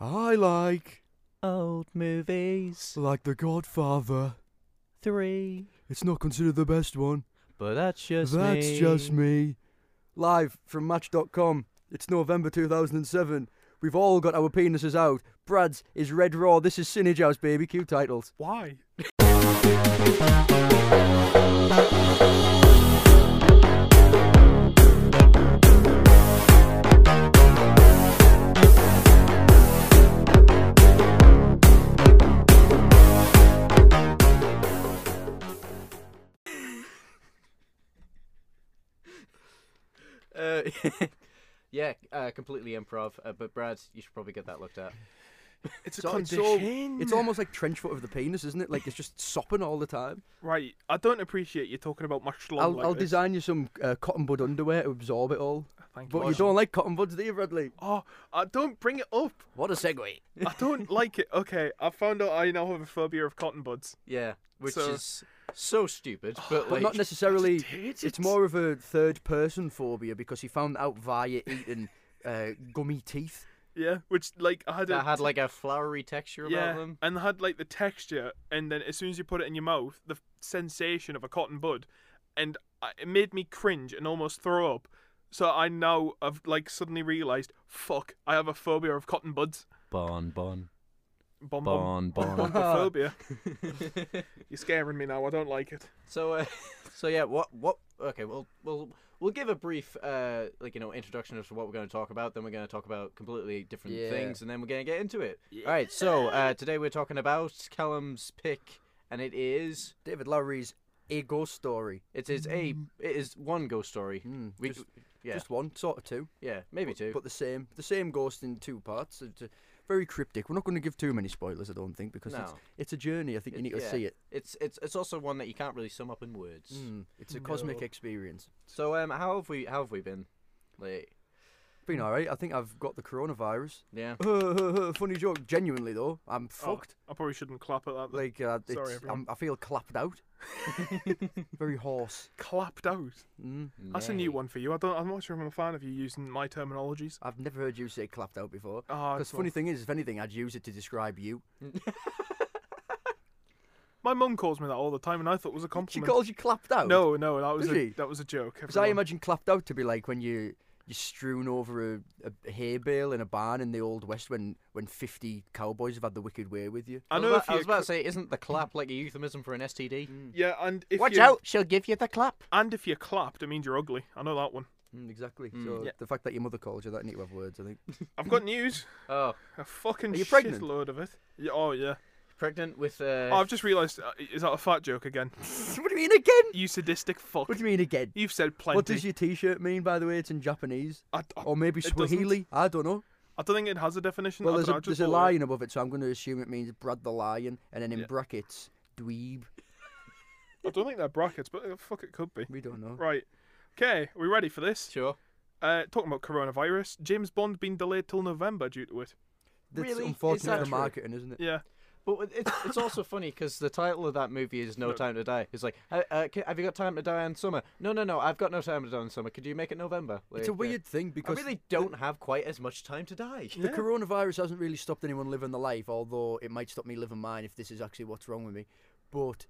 I like, Old movies. like The Godfather. Three. It's not considered the best one. But that's just That's me. just me. Live from Match.com. It's November 2007. We've all got our penises out. Brad's is Red Raw. This is Sinnage House, baby. Cue titles. Why? Uh, yeah, uh, completely improv. Uh, but Brad, you should probably get that looked at. It's a So it's all- condition. It's almost like trench foot of the penis, isn't it? Like it's just sopping all the time. right. I don't appreciate you talking about my schlong I'll, like I'll this. design you some uh, cotton bud underwear to absorb it all. Thank But you don't like cotton buds, do you, Bradley? Oh, I don't bring it up. What a segue. I don't like it. Okay, I found out I now have a phobia of cotton buds. Yeah, which So- is so stupid, but But like, not necessarily. Did It's more of a third person phobia because he found out via eating uh, gummy teeth. Yeah, which like I had. a- that had like a flowery texture yeah, about them. and had like the texture, and then as soon as you put it in your mouth, the sensation of a cotton bud, and I, it made me cringe and almost throw up. So I now have like suddenly realised, fuck, I have a phobia of cotton buds. Bon, bon, Bomb bomb. bon, bon. Bon, phobia. You're scaring me now. I don't like it. So, uh, so yeah, what, what? Okay, well, we'll we'll give a brief, uh, like you know, introduction as to what we're going to talk about. Then we're going to talk about completely different Yeah. things, and then we're going to get into it. All right. So uh, today we're talking about Callum's pick, and it is David Lowry's a ghost story. it is a it is one ghost story. Mm, Hmm, We, just, yeah. just one, sort of two, yeah, maybe two. but the same, the same ghost in two parts. It's uh, very cryptic. We're not going to give too many spoilers, I don't think, because it's, No. it's a journey. I think you It- need to yeah. see it. It's it's it's also one that you can't really sum up in words. Mm, it's a cosmic No. experience. So um, how have we how have we been? Like Been all right. I think I've got the coronavirus. yeah, Funny joke. Genuinely though, Oh. I'm fucked. I probably shouldn't clap at that. Like Like uh, it's, everyone. I'm, I feel clapped out. very hoarse. clapped out. Mm. That's a new one for you. I don't. I'm not sure I'm a fan of you using my terminologies. I've never heard you say clapped out before. Ah, Because well, funny thing is, if anything, I'd use it to describe you. My mum calls me that all the time, and I thought it was a She compliment. calls you clapped out. No, no, that was Does a, she? that was a joke. Because I everyone. imagine clapped out to be like when you you strewn over a, a hay bale in a barn in the old west when when fifty cowboys have had the wicked way with you. I know was about, if you. I was about to say, isn't the clap like a euphemism for an STD? Hmm. yeah, and if Watch you, out! She'll give you the clap. And if you're clapped, it means you're ugly. I know that one. Mm, exactly. so Yeah. the fact that your mother calls you that need to have words, I think. I've got news. Oh, A fucking Are you pregnant? shitload of it. Yeah, oh yeah. pregnant with uh, Oh, I've just realised. Uh, is that a fat joke again? what do you mean again? You sadistic fuck. What do you mean again? You've said plenty. What does your T-shirt mean, by the way? It's in Japanese I, I, or maybe Oh, It doesn't. Swahili. I don't know. I don't think it has a definition. Well, I there's dunno, a, I there's just a thought it- lion above it, so I'm going to assume it means Brad the lion, and then in Yeah. brackets, dweeb. I don't think they're brackets, but uh, fuck, it could be. We don't know. Right. Okay, are we ready for this? sure. Uh, talking about coronavirus, James Bond being delayed till November due to it. That's Really? Is unfortunate that for true? marketing, isn't it? Yeah. But it- it's it's also funny because the title of that movie is No, No. Time to Die. It's like, uh, uh, ca- have you got time to die in summer? No, no, no. I've got no time to die in summer. Could you make it November? It's a Like, uh, weird thing I because really don't have quite as much time to die. The coronavirus hasn't really stopped anyone living the life, although it might stop me living mine if this is actually what's wrong with me. But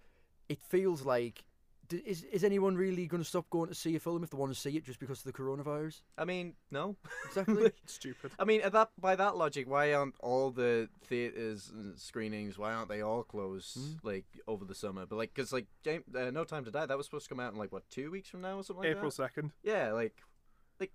it feels like d- is is anyone really going to stop going to see a film if they want to see it just because of the coronavirus? I mean, no. Exactly. Stupid. I mean, at that by that logic, why aren't all the theaters and screenings? Why aren't they all closed Hmm. like over the summer? But like, because like James, uh, No Time to Die, that was supposed to come out in like what two weeks from now or something like April that. 2nd. Yeah, like, like,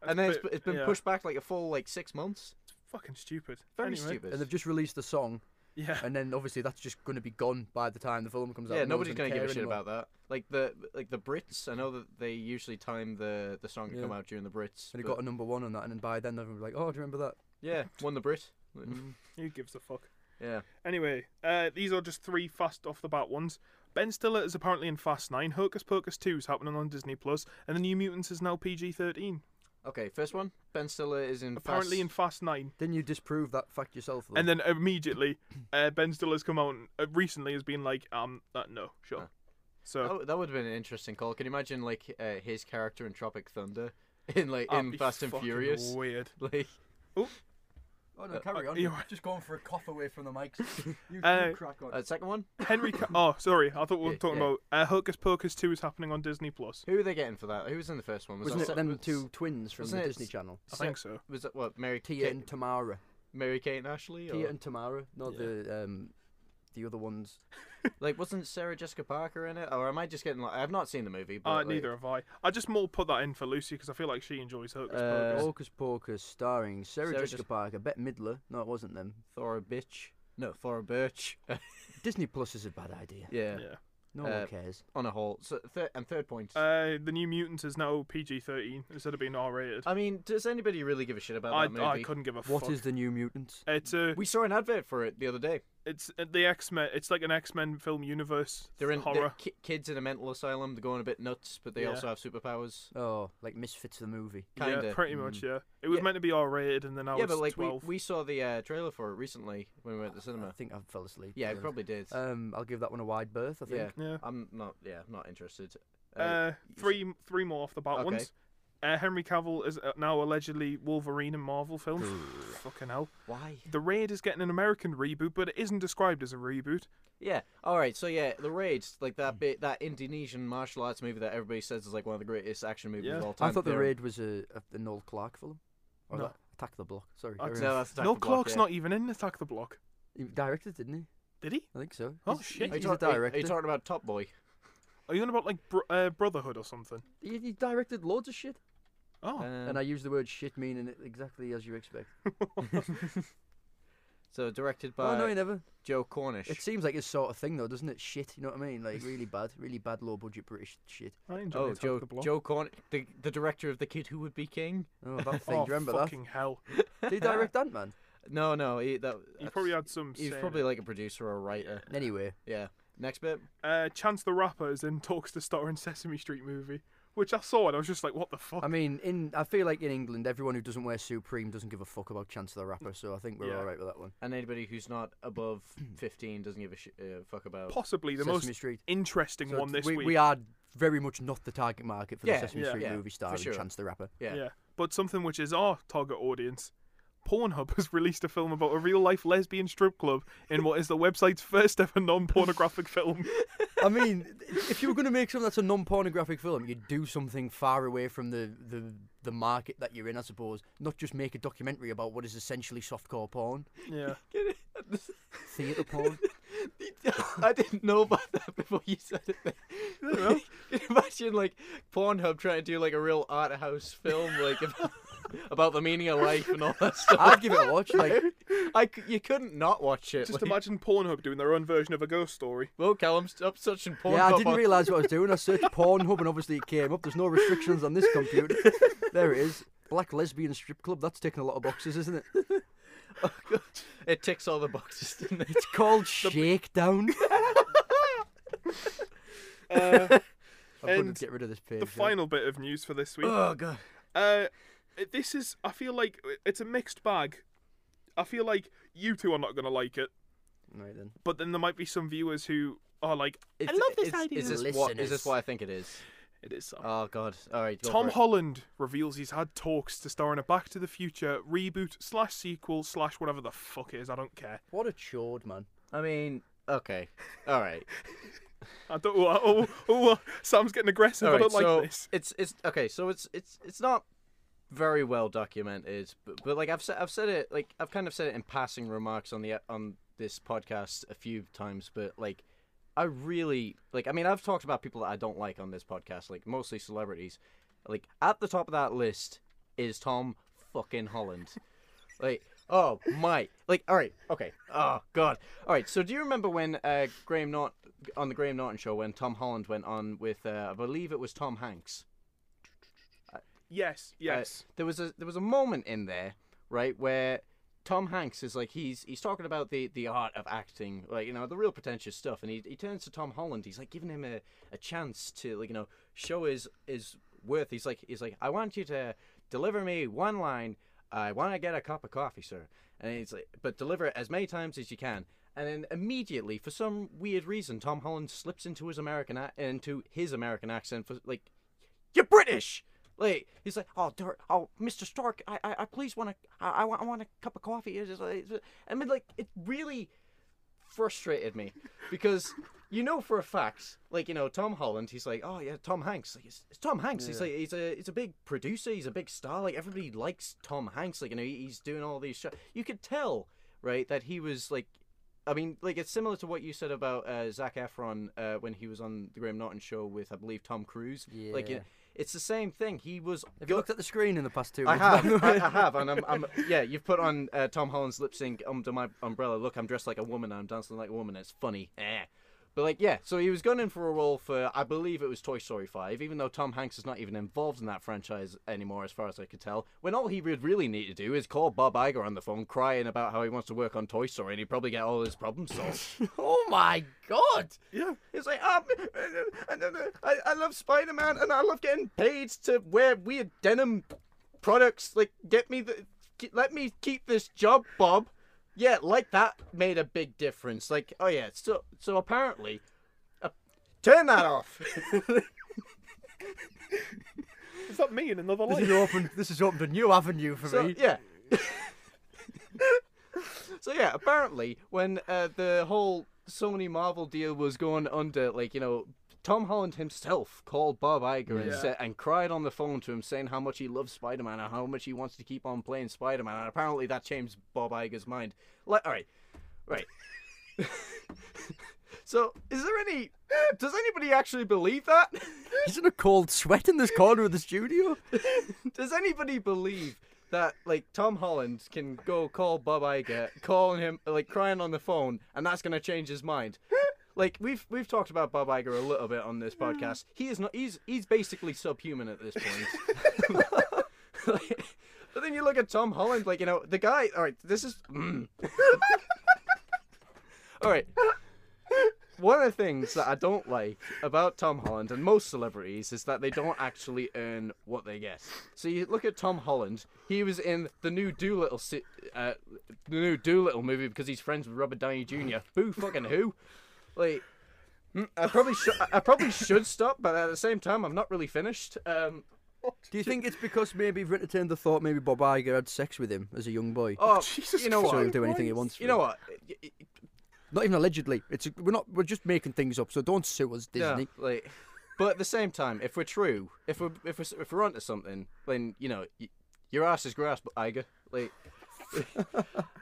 That's and then a it's, bit- it's been yeah. pushed back like a full like six months. It's fucking stupid. Very Anyway, stupid. and they've just released the song, Yeah. and then obviously that's just going to be gone by the time the film comes out. yeah, No one's nobody's gonna gonna give a care shit anymore. about that. Like the like the Brits, I know that they usually time the the song to Yeah. come out during the Brits. And it but- got a number one on that, and then by then everyone was like, "Oh, do you remember that?" yeah, won the Brit. Mm-hmm. Who gives a fuck? yeah, Anyway, uh, these are just three fast off the bat ones. Ben Stiller is apparently in Fast 9. Hocus Pocus 2 is happening on Disney Plus, and The New Mutants is now PG 13. okay. First one, Ben Stiller is in Apparently Fast- in Fast 9. Didn't you disprove that fact yourself? Though? And then immediately, uh, Ben Stiller's come out and, uh, recently has been like, um, uh, no, sure. Huh. So, Oh, that would have been an interesting call. Can you imagine like uh, his character in Tropic Thunder in like that'd in be Fast and fucking Furious? Weird. Like, Oh. Oh no, carry on. you're You're right. just going for a cough away from the mics. You, Uh, you crack on. uh, Uh, second one. Henry. Ca- oh, sorry. I thought we were Yeah, talking yeah. about uh, Hocus Pocus Two is happening on Disney Plus. Who are they getting for that? Who was in the first one? Was Wasn't it that Sa- them was- two twins from the wasn't it Disney s- Channel? I think so. Was that what Mary Tia Kate- and Tamara. Mary Kate and Ashley? Tia Or, and Tamara, not Yeah. the um, the other ones. like, wasn't Sarah Jessica Parker in it? Or am I just getting like I've not seen the movie, but Uh, like, neither have I. I just more put that in for Lucy because I feel like she enjoys Hocus Uh, Pocus. Hocus Pocus, starring Sarah, Sarah Jessica Jessica- Parker, Bette Midler. No, it wasn't them. Thora Bitch. No, Thora Birch. yeah. Disney Plus is a bad idea. Yeah. No Uh, one cares. On a whole. So th- and third point. Uh, the New Mutants is now PG thirteen instead of being R rated. I mean, does anybody really give a shit about I, that movie? I couldn't give a What fuck. is the New Mutants? It's a We saw an advert for it the other day. it's uh, the X Men. It's like an X Men film universe. They're in they're horror. ki- kids in a mental asylum. They're going a bit nuts, but they Yeah. also have superpowers. Oh, like Misfits the movie. Kinda. Mm. Yeah, pretty much. Yeah, it was Yeah. meant to be R rated, and then I yeah, was but like twelve. we, we saw the uh, trailer for it recently when we were at the I cinema. think I fell asleep. Yeah, to it be honest. probably did. Um, I'll give that one a wide berth. I think. yeah, yeah. I'm not. Yeah, I'm not interested. Uh, Uh, three three more off the bat Okay. ones. Uh, Henry Cavill is uh, now allegedly Wolverine in Marvel films. Fucking hell. why? The Raid is getting an American reboot, but it isn't described as a reboot. Yeah. All right. So yeah, the raids like that bit that Indonesian martial arts movie that everybody says is like one of the greatest action movies Yeah. of all time. I thought the They're- raid was a, a, a Noel Clark film. Or No. that, Attack the Block. Sorry. I- carry Oh, No, on. that's Attack no, the Block, Clark's yeah. not even in Attack the Block. He directed, didn't he? Did he? I think so. Oh, He's- shit. Are you, He's a talk- are you- are you director. talking about Top Boy? Are you on about like br- uh, Brotherhood or something? He, he directed loads of shit. Oh, And I Um, use the word shit meaning it exactly as you expect. Uh, so directed by Oh no, he never. Joe Cornish. It seems like his sort of thing though, doesn't it? Shit, you know what I mean? Like really bad, really bad low budget British shit. I enjoy Oh, Attack Joe the Block. Joe Cornish, the, the director of The Kid Who Would Be King. Oh, that thing. oh, do you remember that? fucking hell! Did he direct Ant Man? No, no, he that He probably had some. he's say in probably it. like a producer or a writer. Anyway, Yeah. Next bit. Uh, Chance the Rapper is in talks to star in Sesame Street movie, which I saw and I was just like, what the fuck? I mean, in I feel like in England, everyone who doesn't wear Supreme doesn't give a fuck about Chance the Rapper, so I think we're Yeah. all right with that one. And anybody who's not above 15 doesn't give a sh- uh, fuck about. Possibly the Sesame most Street. interesting So one this we, week. we are very much not the target market for Yeah, the Sesame yeah, Street yeah, movie for star sure. and Chance the Rapper. Yeah. Yeah. But something which is our target audience. Pornhub has released a film about a real life lesbian strip club in what is the website's first ever non pornographic film. I mean, if you were going to make something that's a non-pornographic film, you'd do something far away from the, the the market that you're in, I suppose. Not just make a documentary about what is essentially softcore porn, Yeah. theatre porn. I didn't know about that before you said it. Can you imagine like Pornhub trying to do like a real art house film like about, about the meaning of life and all that stuff? I'd give it a watch. Like, I c- you couldn't not watch it. Just like, imagine Pornhub doing their own version of a ghost story. Well, Callum's up such and Pornhub. yeah, I didn't on- realise what I was doing. I searched Pornhub and obviously it came up. There's no restrictions on this computer. There it is. Black lesbian strip club. That's ticking a lot of boxes, isn't it? It ticks all the boxes, didn't it? It's called Shakedown. Uh, I'm going And to get rid of this page. the yeah. final bit of news for this week. oh god. Uh, this is, I feel like it's a mixed bag. I feel like you two are not going to like it, Right then. but then there might be some viewers who are like, It's, love this it's- idea. Is this, what, is Listeners. this what I think it is? it is so. Oh god. All right. go Tom for it. Holland reveals he's had talks to star in a Back to the Future reboot slash sequel slash whatever the fuck it is. I don't care. What a chord, man. I mean, okay. All right. I don't. Oh, oh, oh, oh, Sam's getting aggressive. All I right. don't like so this. it's it's okay. So it's it's it's not very well documented, but, but like I've said I've said it like I've kind of said it in passing remarks on the on this podcast a few times, but like I really like I mean I've talked about people that I don't like on this podcast, like mostly celebrities. Like at the top of that list is Tom fucking Holland. Like, oh my! Like, all right, okay. Oh god! All right. So, do you remember when uh, Graham Nort on the Graham Norton show when Tom Holland went on with uh, I believe it was Tom Hanks? Yes, Uh, yes. there was a there was a moment in there, right, where Tom Hanks is like he's he's talking about the the art of acting, like you know the real pretentious stuff, and he he turns to Tom Holland. He's like giving him a, a chance to like you know show his his worth. He's like he's like I want you to deliver me one line. I want to get a cup of coffee, sir. And he's like, but deliver it as many times as you can. And then immediately, for some weird reason, Tom Holland slips into his American ac- into his American accent for like you're British. Like he's like, oh, Dirk, oh, Mr. Stark, I, I, I please want to, I, I want, I want a cup of coffee. It's just like- it's- I mean, like it really frustrated me because you know for a fact, like you know Tom Holland, he's like, oh yeah, Tom Hanks, like it's, it's Tom Hanks. He's like, he's a, he's a big producer, he's a big star. Like everybody likes Tom Hanks. Like you know, he- he's doing all these shows. You could tell, right, that he was like. I mean, like it's similar to what you said about uh, Zach Efron uh, when he was on the Graham Norton show with, I believe, Tom Cruise. Like, you Yeah. it's the same thing. He was. Have you go- looked at the screen in the past two I minutes? have, I, I have, and I'm, I'm, yeah. You've put on uh, Tom Holland's lip sync under my umbrella. Look, I'm dressed like a woman. I'm dancing like a woman. It's funny, eh? But like, yeah. So he was going in for a role for, I believe it was Toy Story Five, even though Tom Hanks is not even involved in that franchise anymore, as far as I could tell. When all he would really need to do is call Bob Iger on the phone, crying about how he wants to work on Toy Story, and he'd probably get all his problems solved. Oh my god! Yeah. It's like, um, I don't know. I, I love Spider Man and I love getting paid to wear weird denim products. Like, get me the. ke- Let me keep this job, Bob. Yeah, like that made a big difference. Like, oh yeah, so so apparently, uh, turn that off. Is that me in another This has life? opened. This has opened a new avenue for so me. yeah. so yeah, apparently when uh, the whole Sony Marvel deal was going under, like you know, Tom Holland himself called Bob Iger and Yeah. said and cried on the phone to him, saying how much he loves Spider Man and how much he wants to keep on playing Spider Man, and apparently that changed Bob Iger's mind. Like, all right, right. so is there any? Does anybody actually believe that? He's in a cold sweat in this corner of the studio. Does anybody believe that like Tom Holland can go call Bob Iger, calling him like crying on the phone, and that's gonna change his mind? Like we've we've talked about Bob Iger a little bit on this podcast. He is not he's he's basically subhuman at this point. Like, but then you look at Tom Holland, like you know the guy. All right, this is. Mm. all right. One of the things that I don't like about Tom Holland and most celebrities is that they don't actually earn what they get. So you look at Tom Holland; he was in the new Doolittle, si- uh, the new Doolittle movie because he's friends with Robert Downey Jr. Who fucking who? Like, mm, I probably should, I probably should stop, but at the same time, I'm not really finished. Um, Do you think it's because maybe I've entertained the thought maybe Bob Iger had sex with him as a young boy? oh, Jesus you know so what? he'll do anything he wants. You for know him? what? Y- y- Not even allegedly. It's we're not. We're just making things up. So don't sue us, Disney. Yeah, like, but at the same time, if we're true, if we're if we're if we're onto something, then you know, y- your ass is grass, but Iger, like. oh,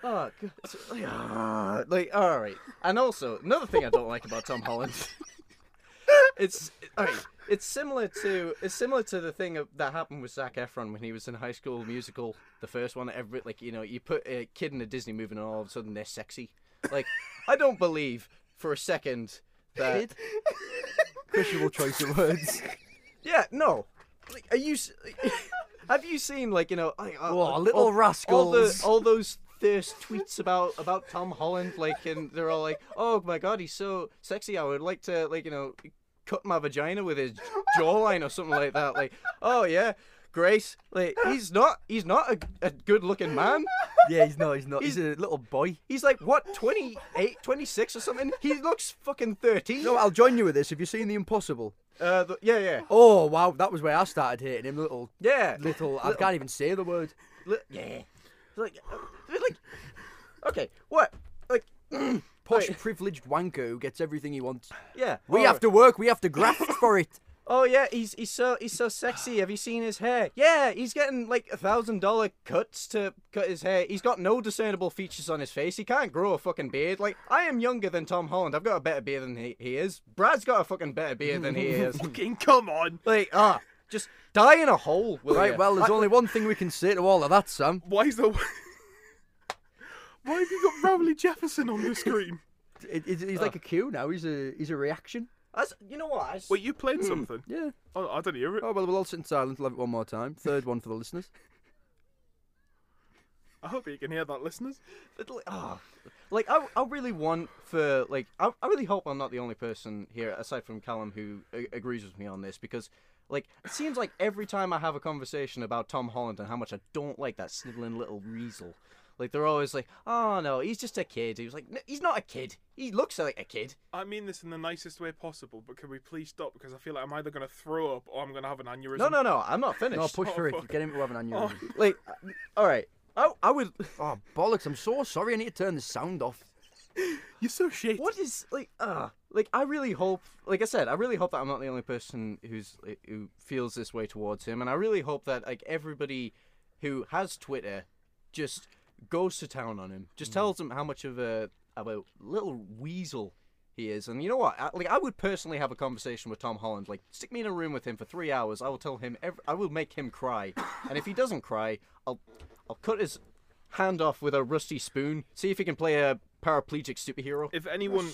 God. So, like, ah, like, all right. And also, another thing I don't like about Tom Holland, it's all right, it's similar to it's similar to the thing of, that happened with Zac Efron when he was in High School Musical, the first one. Every like, you know, you put a kid in a Disney movie, and all of a sudden they're sexy. Like, I don't believe for a second that Kid? Questionable choice of words. yeah, no. Like, are you? s- like, have you seen like you know? Like, uh, Whoa, uh, little all, All, the, rascals. all those thirst tweets about about Tom Holland, like, and they're all like, "Oh my God, he's so sexy. I would like to like you know, cut my vagina with his jawline or something like that." Like, oh yeah. Grace, like he's not, he's not a, a good-looking man. yeah, he's not. He's not. He's, a little boy. He's like what, 28, 26 or something. He looks fucking thirteen. No, I'll join you with this. Have you seen The Impossible? uh, the, yeah, yeah, Oh wow, that was where I started hating him. Little, yeah. little. I can't even say the word. Li- yeah. Like, uh, like, okay, what? Like, Posh, Right. privileged wanker who gets everything he wants. yeah. We all have right. to work. We have to graft for it. Oh yeah, he's he's so he's so sexy. Have you seen his hair? Yeah, he's getting like a thousand dollar cuts to cut his hair. He's got no discernible features on his face. He can't grow a fucking beard. Like, I am younger than Tom Holland. I've got a better beard than he, he is. Brad's got a fucking better beard than he is. Fucking come on. like, ah, just die in a hole. Will Right. ya? Well, there's I- only one thing we can say to all of that, Sam. Why is there? Why have you got Rowley Jefferson on the screen? It, it, Oh. he's like a cue now. He's a he's a reaction. I s- you know what? I s- Wait, you Hmm. played something? Yeah. Oh, I didn't hear it. Oh well, we'll all sit in silence. Love it one more time. Third one for the listeners. I hope you can hear that, listeners. But, like, ah, like I, I really want for like I, I really hope I'm not the only person here aside from Callum who a- agrees with me on this because like it seems like every time I have a conversation about Tom Holland and how much I don't like that sniveling little weasel, Like they're always like, "Oh no, he's just a kid." He was like, "No, he's not a kid. He looks like a kid." I mean this in the nicest way possible, but can we please stop? Because I feel like I'm either going to throw up or I'm going to have an aneurysm. No, no, no. I'm not finished. No, push Oh, for it. fuck. Get him to have an aneurysm. Like, uh, all right. Oh, I would. Oh, bollocks. I'm so sorry. I need to turn the sound off. You're so shit. What is like? Uh, like I really hope. Like I said, I really hope that I'm not the only person who's who feels this way towards him, and I really hope that like everybody who has Twitter just goes to town on him. Just tells him how much of a of a little weasel he is. And you know what? I, like I would personally have a conversation with Tom Holland. Like stick me in a room with him for three hours. I will tell him. Every, I will make him cry. and if he doesn't cry, I'll I'll cut his hand off with a rusty spoon. See if he can play a paraplegic superhero. If anyone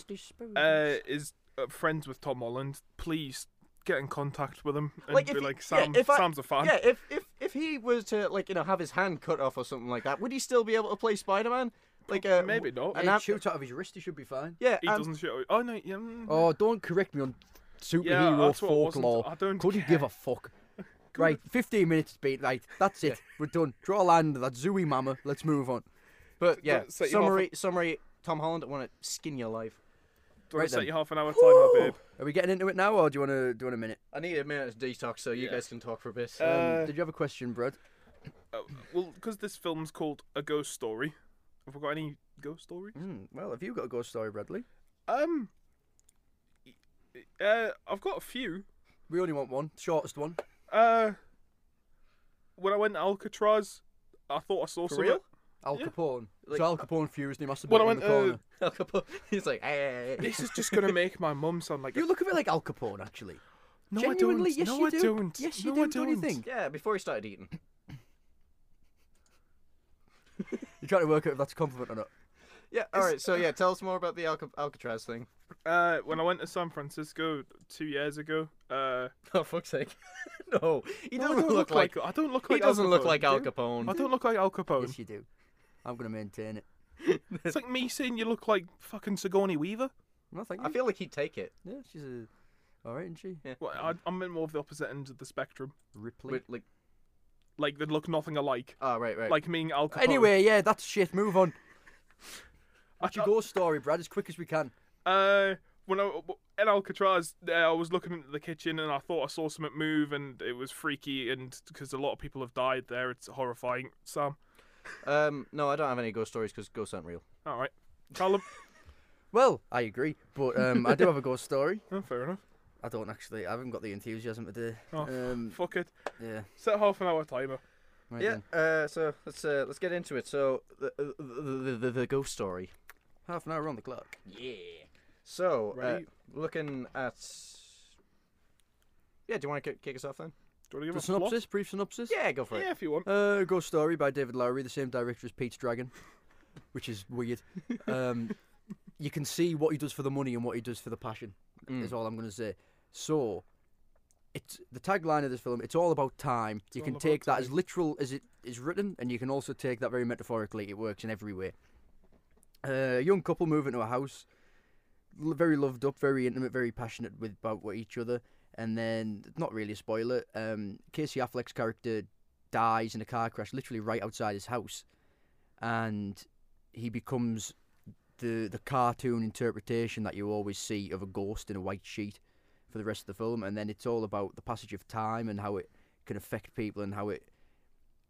uh, is uh, friends with Tom Holland, please get in contact with him and be he- like, Sam, if I- Sam's a fan. Yeah, if, if if he was to like you know have his hand cut off or something like that, would he still be able to play Spider Man? Like uh, Maybe not. an Hey, app- shoot out of his wrist. He should be fine. yeah, um, he and- doesn't show. Oh no, yeah, mm, Oh, don't correct me on Yeah, superhero that's what I wasn't- folklore. I don't Couldn't care. give a fuck. Right, 15 minutes, beat. Right, that's it. We're done. Draw a line under that zooey mama. Let's move on. but yeah, Don't set you off. summary summary. Tom Holland, I want to skin your life. do I right set then. you half an hour time, my babe? Are we getting into it now, or do you want to do you want a minute? I need a minute to detox, so you guys can talk for a bit. Um, Uh, did you have a question, Brad? uh, well, because this film's called A Ghost Story. Have we got any ghost story? Mm, well, have you got a ghost story, Bradley? Um, uh, I've got a few. We only want one, shortest one. Uh, when I went to Alcatraz, I thought I saw For something. real? Al Yeah. Capone. Like- so Al Capone fused him. Must have Well, been I in the went, uh, corner. Al Capone- He's like, hey, hey, hey. This is just gonna make my mum sound like a You look a bit like Al Capone, actually. No, Genuinely, I don't. yes, no, you I do. not Yes, no, you I do, don't you think? yeah. Before he started eating, You're trying to work out if that's a compliment or not. yeah. All right, so yeah, tell us more about the Alca- Alcatraz thing. Uh, when I went to San Francisco two years ago, uh, Oh fuck's sake! no, he well, I doesn't don't look, like, I don't look he like. doesn't Al look Capone. like Al do. Capone. I don't look like Al Capone. Yes, you do. I'm going to maintain it. It's like me saying you look like fucking Sigourney Weaver. No, thank you. I feel like he'd take it. Yeah, she's a. All right, isn't she? Well, I, I'm in more of the opposite end of the spectrum. Ripley. With, like, Like they look nothing alike. oh right, right. Like me and Al Capone. Anyway, yeah, that's shit. Move on. I, What's your ghost story, Brad? As quick as we can. uh, when I in Alcatraz, uh, I was looking into the kitchen and I thought I saw something move, and it was freaky. And because a lot of people have died there, it's horrifying. Sam, Um, no, I don't have any ghost stories because ghosts aren't real. all right, Callum, Well, I agree, but um, I do have a ghost story. Oh, fair enough. I don't actually. I haven't got the enthusiasm today. Oh, um, Fuck it. yeah. Set half an hour timer. Right then. Uh, so let's uh, let's get into it. So the uh, the, the, the ghost story. Half an hour on the clock. Yeah. So uh, Ready? looking at. Yeah, do you want to kick us off then? Do you want The to give a plot? synopsis, brief synopsis. Yeah, go for Yeah, it. if you want. Uh, Ghost Story by David Lowry, the same director as Pete's Dragon, which is weird. Um, you can see what he does for the money and what he does for the passion. Mm. Is all I'm going to say. So, it's the tagline of this film. It's all about time. you all can about take that as time. literal as it is written, and you can also take that very metaphorically. It works in every way. Uh, a young couple move into a house, l- very loved up, very intimate, very passionate with about what each other. And then, not really a spoiler, um, Casey Affleck's character dies in a car crash, literally right outside his house, and he becomes the the cartoon interpretation that you always see of a ghost in a white sheet for the rest of the film. And then it's all about the passage of time and how it can affect people and how it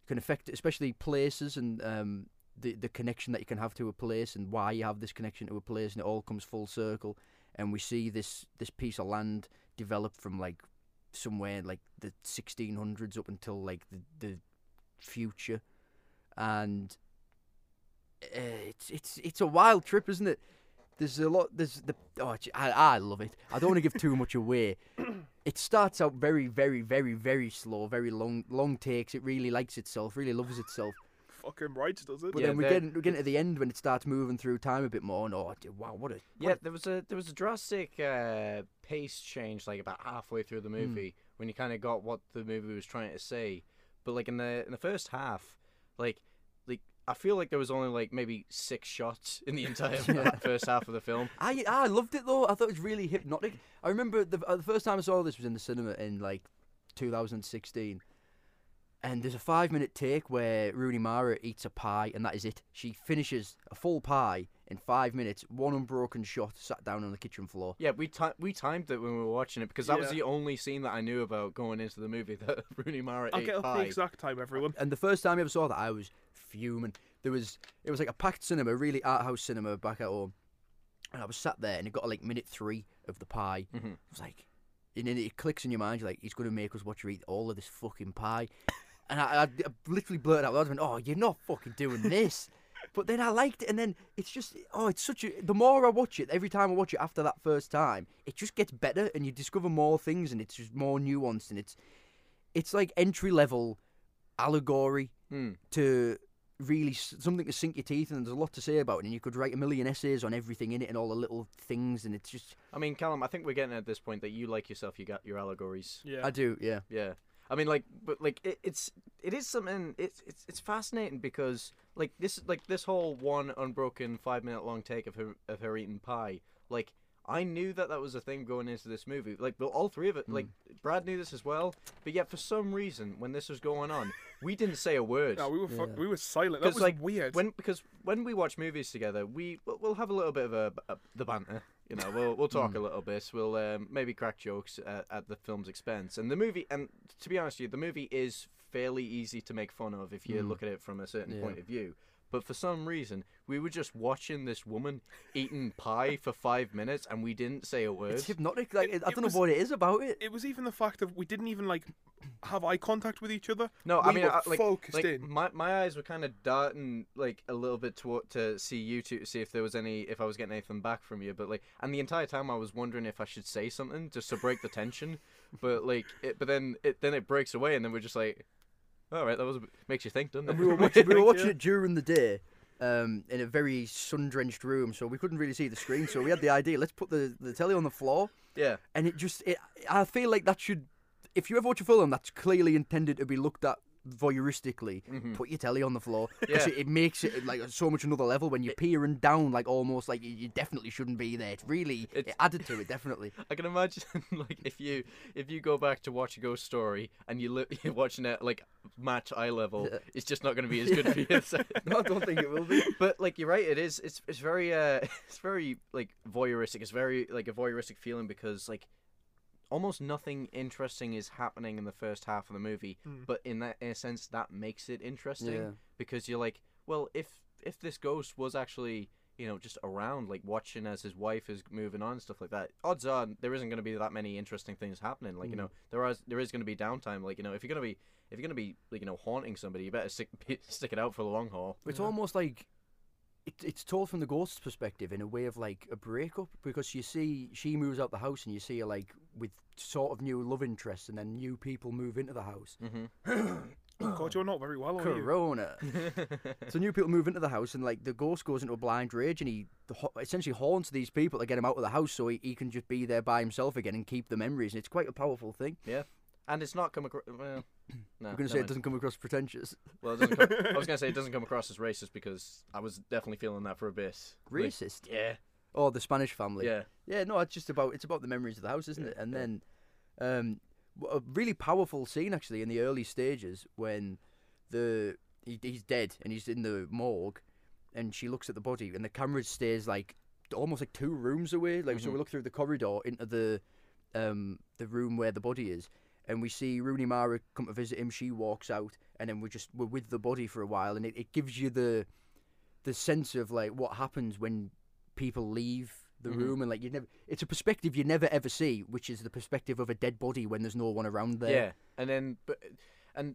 can affect, especially places and um, the the connection that you can have to a place and why you have this connection to a place, and it all comes full circle. And we see this this piece of land develop from like somewhere in, like the 1600s up until like the, the future, and uh, it's it's it's a wild trip, isn't it? There's a lot. There's the oh, it's- I, I love it. I don't want to give too much away. It starts out very, very, very, very slow, very long, long takes. It really likes itself, really loves itself. Fucking right, does it? But Yeah, then we there- get we get to the end when it starts moving through time a bit more, and oh, d- wow, what a Yeah, there was a there was a drastic uh, pace change like about halfway through the movie when you kind of got what the movie was trying to say. But like in the in the first half, like like I feel like there was only like maybe six shots in the entire first half of the film. I I loved it though. I thought it was really hypnotic. I remember the, uh, the first time I saw this was in the cinema in like 2016, and there's a five minute take where Rooney Mara eats a pie, and that is it. She finishes a full pie in five minutes, one unbroken shot, sat down on the kitchen floor. Yeah, we ti- we timed it when we were watching it because that was Yeah. the only scene that I knew about going into the movie that Rooney Mara I'll ate get up the pie. exact time, everyone. And the first time I ever saw that, I was fuming. There was it was like a packed cinema, really art house cinema back at home, and I was sat there, and it got to like minute three of the pie. I was like, and then it clicks in your mind. You're like, he's going to make us watch her eat all of this fucking pie, and I, I, I literally blurted out loud, I went, "Oh, you're not fucking doing this." But then I liked it, and then it's just oh, it's such a. The more I watch it, every time I watch it after that first time, it just gets better, and you discover more things, and it's just more nuanced, and it's it's like entry level allegory Hmm. to really s- something to sink your teeth in, and there's a lot to say about it and you could write a million essays on everything in it and all the little things and it's just I mean, Callum, I think we're getting at this point that you like yourself. You got your allegories. Yeah. i do yeah Yeah. I mean, like, but like, it, it's it is something. It's it's it's fascinating because like this like this whole one unbroken five minute long take of her of her eating pie. Like, I knew that that was a thing going into this movie. Like, the, all three of it. Like, Brad knew this as well. But yet, for some reason, when this was going on, we didn't say a word. No, we were fuck- we were silent. Because That was like weird. when because when we watch movies together, we we'll- we'll have a little bit of a, a the banter. You know, we'll we'll talk a little bit. We'll um, maybe crack jokes at, at the film's expense. And the movie, and to be honest, with you the movie is fairly easy to make fun of if you look at it from a certain Yeah. point of view. But for some reason, we were just watching this woman eating pie for five minutes, and we didn't say a word. it's hypnotic like It- i it don't was- know what it is about it it was even the fact of we didn't even like have eye contact with each other. No, We I mean, were I, like, focused like, in. My, my eyes were kind of darting like a little bit to to see you two to see if there was any if I was getting anything back from you. But like, and the entire time I was wondering if I should say something just to break the tension. But like, it, but then it then it breaks away, and then we're just like, all right, that was a bit- makes you think, doesn't it? we were watching, we were watching it during the day um, in a very sun-drenched room so we couldn't really see the screen so we had the idea let's put the, the telly on the floor yeah, and it just it, i feel like that should if you ever watch a film that's clearly intended to be looked at voyeuristically put your telly on the floor 'cause Yeah. it, it makes it like so much another level when you're peering down like almost like you, you definitely shouldn't be there it's really it It's- added to it definitely I can imagine like if you if you go back to watch a ghost story and you li- you're watching it like match eye level, it's just not going to be as good for you. So- no, i don't think it will be but like you're right it is it's it's very uh it's very like voyeuristic it's very like a voyeuristic feeling because like almost nothing interesting is happening in the first half of the movie but in that in a sense that makes it interesting Yeah. because you're like well if if this ghost was actually you know just around like watching as his wife is moving on and stuff like that odds are there isn't going to be that many interesting things happening like you know there is there is going to be downtime like you know if you're going to be if you're going to be like you know haunting somebody you better stick stick it out for the long haul it's almost like it, it's told from the ghost's perspective in a way of like a breakup because you see she moves out the house and you see her like with sort of new love interests and then new people move into the house Oh God, you're not very well, are you? Corona. so new people move into the house, and like the ghost goes into a blind rage, and he the, ho- essentially haunts these people to get him out of the house, so he, he can just be there by himself again and keep the memories. And it's quite a powerful thing. Yeah, and it's not come across. Well, no, I'm gonna say it doesn't come across pretentious. Well, it doesn't come, I was gonna say it doesn't come across as racist because I was definitely feeling that for a bit. Like, Racist. yeah, Or the Spanish family. yeah. Yeah, no, it's just about it's about the memories of the house, isn't it? And then, um, w- a really powerful scene actually in the early stages when the he, he's dead and he's in the morgue, and she looks at the body and the camera stays like almost like two rooms away. Like so, we look through the corridor into the um the room where the body is. And we see Rooney Mara come to visit him. She walks out, and then we're just we're with the body for a while, and it, it gives you the the sense of like what happens when people leave the room and like you never it's a perspective you never ever see which is the perspective of a dead body when there's no one around there Yeah, and then but and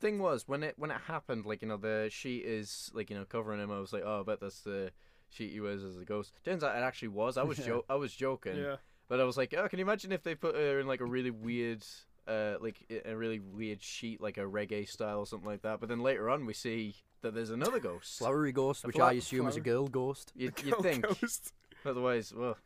thing was when it when it happened, like you know the sheet is like you know covering him. I was like, oh, I bet that's the sheet he wears as a ghost. Turns out it actually was. I was jo- I was joking. Yeah. But I was like, oh, can you imagine if they put her in like a really weird. Uh, like i- a really weird sheet, like a reggae style or something like that. But then later on, we see that there's another ghost. flowery ghost which flower- i assume is a flower. girl ghost You you think? Ghost. Otherwise, well,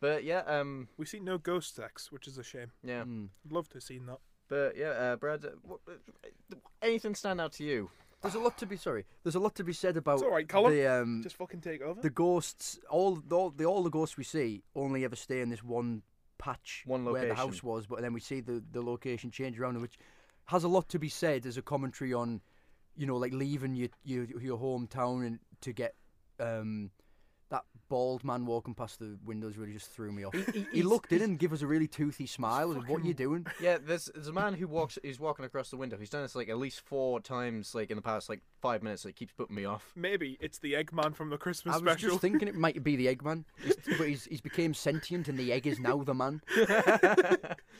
but yeah, um, We see no ghost sex, which is a shame. yeah, Hmm. I'd love to have seen that. but yeah, uh, Brad, uh, what, uh, anything stand out to you? there's a lot to be sorry there's a lot to be said about all right, Callum. the um Just fucking take over. the ghosts all the, all the all the ghosts we see only ever stay in this one patch One where the location. house was but then we see the the location change around which has a lot to be said as a commentary on, you know, like leaving your your, your hometown and to get um, that bald man walking past the windows really just threw me off. He, looked in and gave us a really toothy smile. and what are you doing? Yeah, there's, there's a man who walks. He's walking across the window. He's done this like at least four times, like in the past like five minutes. So it keeps putting me off. Maybe it's the Eggman from the Christmas I was special. just thinking it might be the Eggman, he's, but he's he's became sentient and the egg is now the man.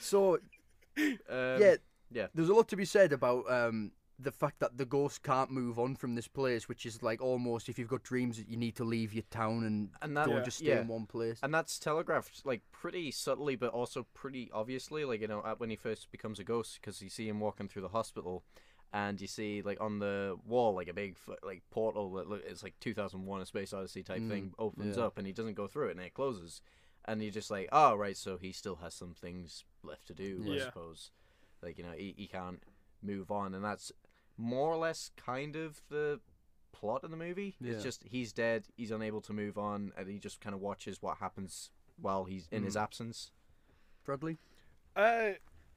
so Um, yeah, yeah. There's a lot to be said about um, the fact that the ghost can't move on from this place, which is like almost if you've got dreams that you need to leave your town and, And that- don't Uh, Yeah. just stay yeah. in one place. And that's telegraphed like pretty subtly, but also pretty obviously. Like you know, at- when he first becomes a ghost, because you see him walking through the hospital, and you see like on the wall like a big f- like portal that look, it's like 2001: A Space Odyssey type thing opens up, and he doesn't go through it, and it closes. And you're just like, oh right, so he still has some things left to do, I Yeah. suppose. Like you know, he, he can't move on, and that's more or less kind of the plot of the movie. Yeah. It's just he's dead, he's unable to move on, and he just kind of watches what happens while he's in his absence. Bradley, Uh,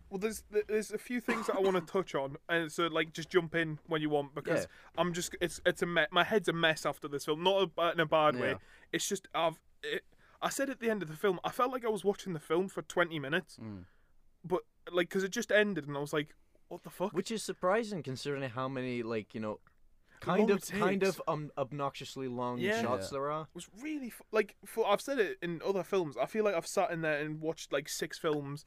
well, there's there's a few things that I want to touch on, and so like just jump in when you want because Yeah. I'm just it's it's a me- my head's a mess after this film, not a, ba- in a bad way. Yeah. It's just I've it, I said at the end of the film I felt like I was watching the film for 20 minutes, Mm. but like because it just ended and I was like, what the fuck? Which is surprising considering how many like you know, kind Long of kind takes. of um, obnoxiously long Yeah. shots there are. It was really f- like for I've said it in other films. I feel like I've sat in there and watched like six films,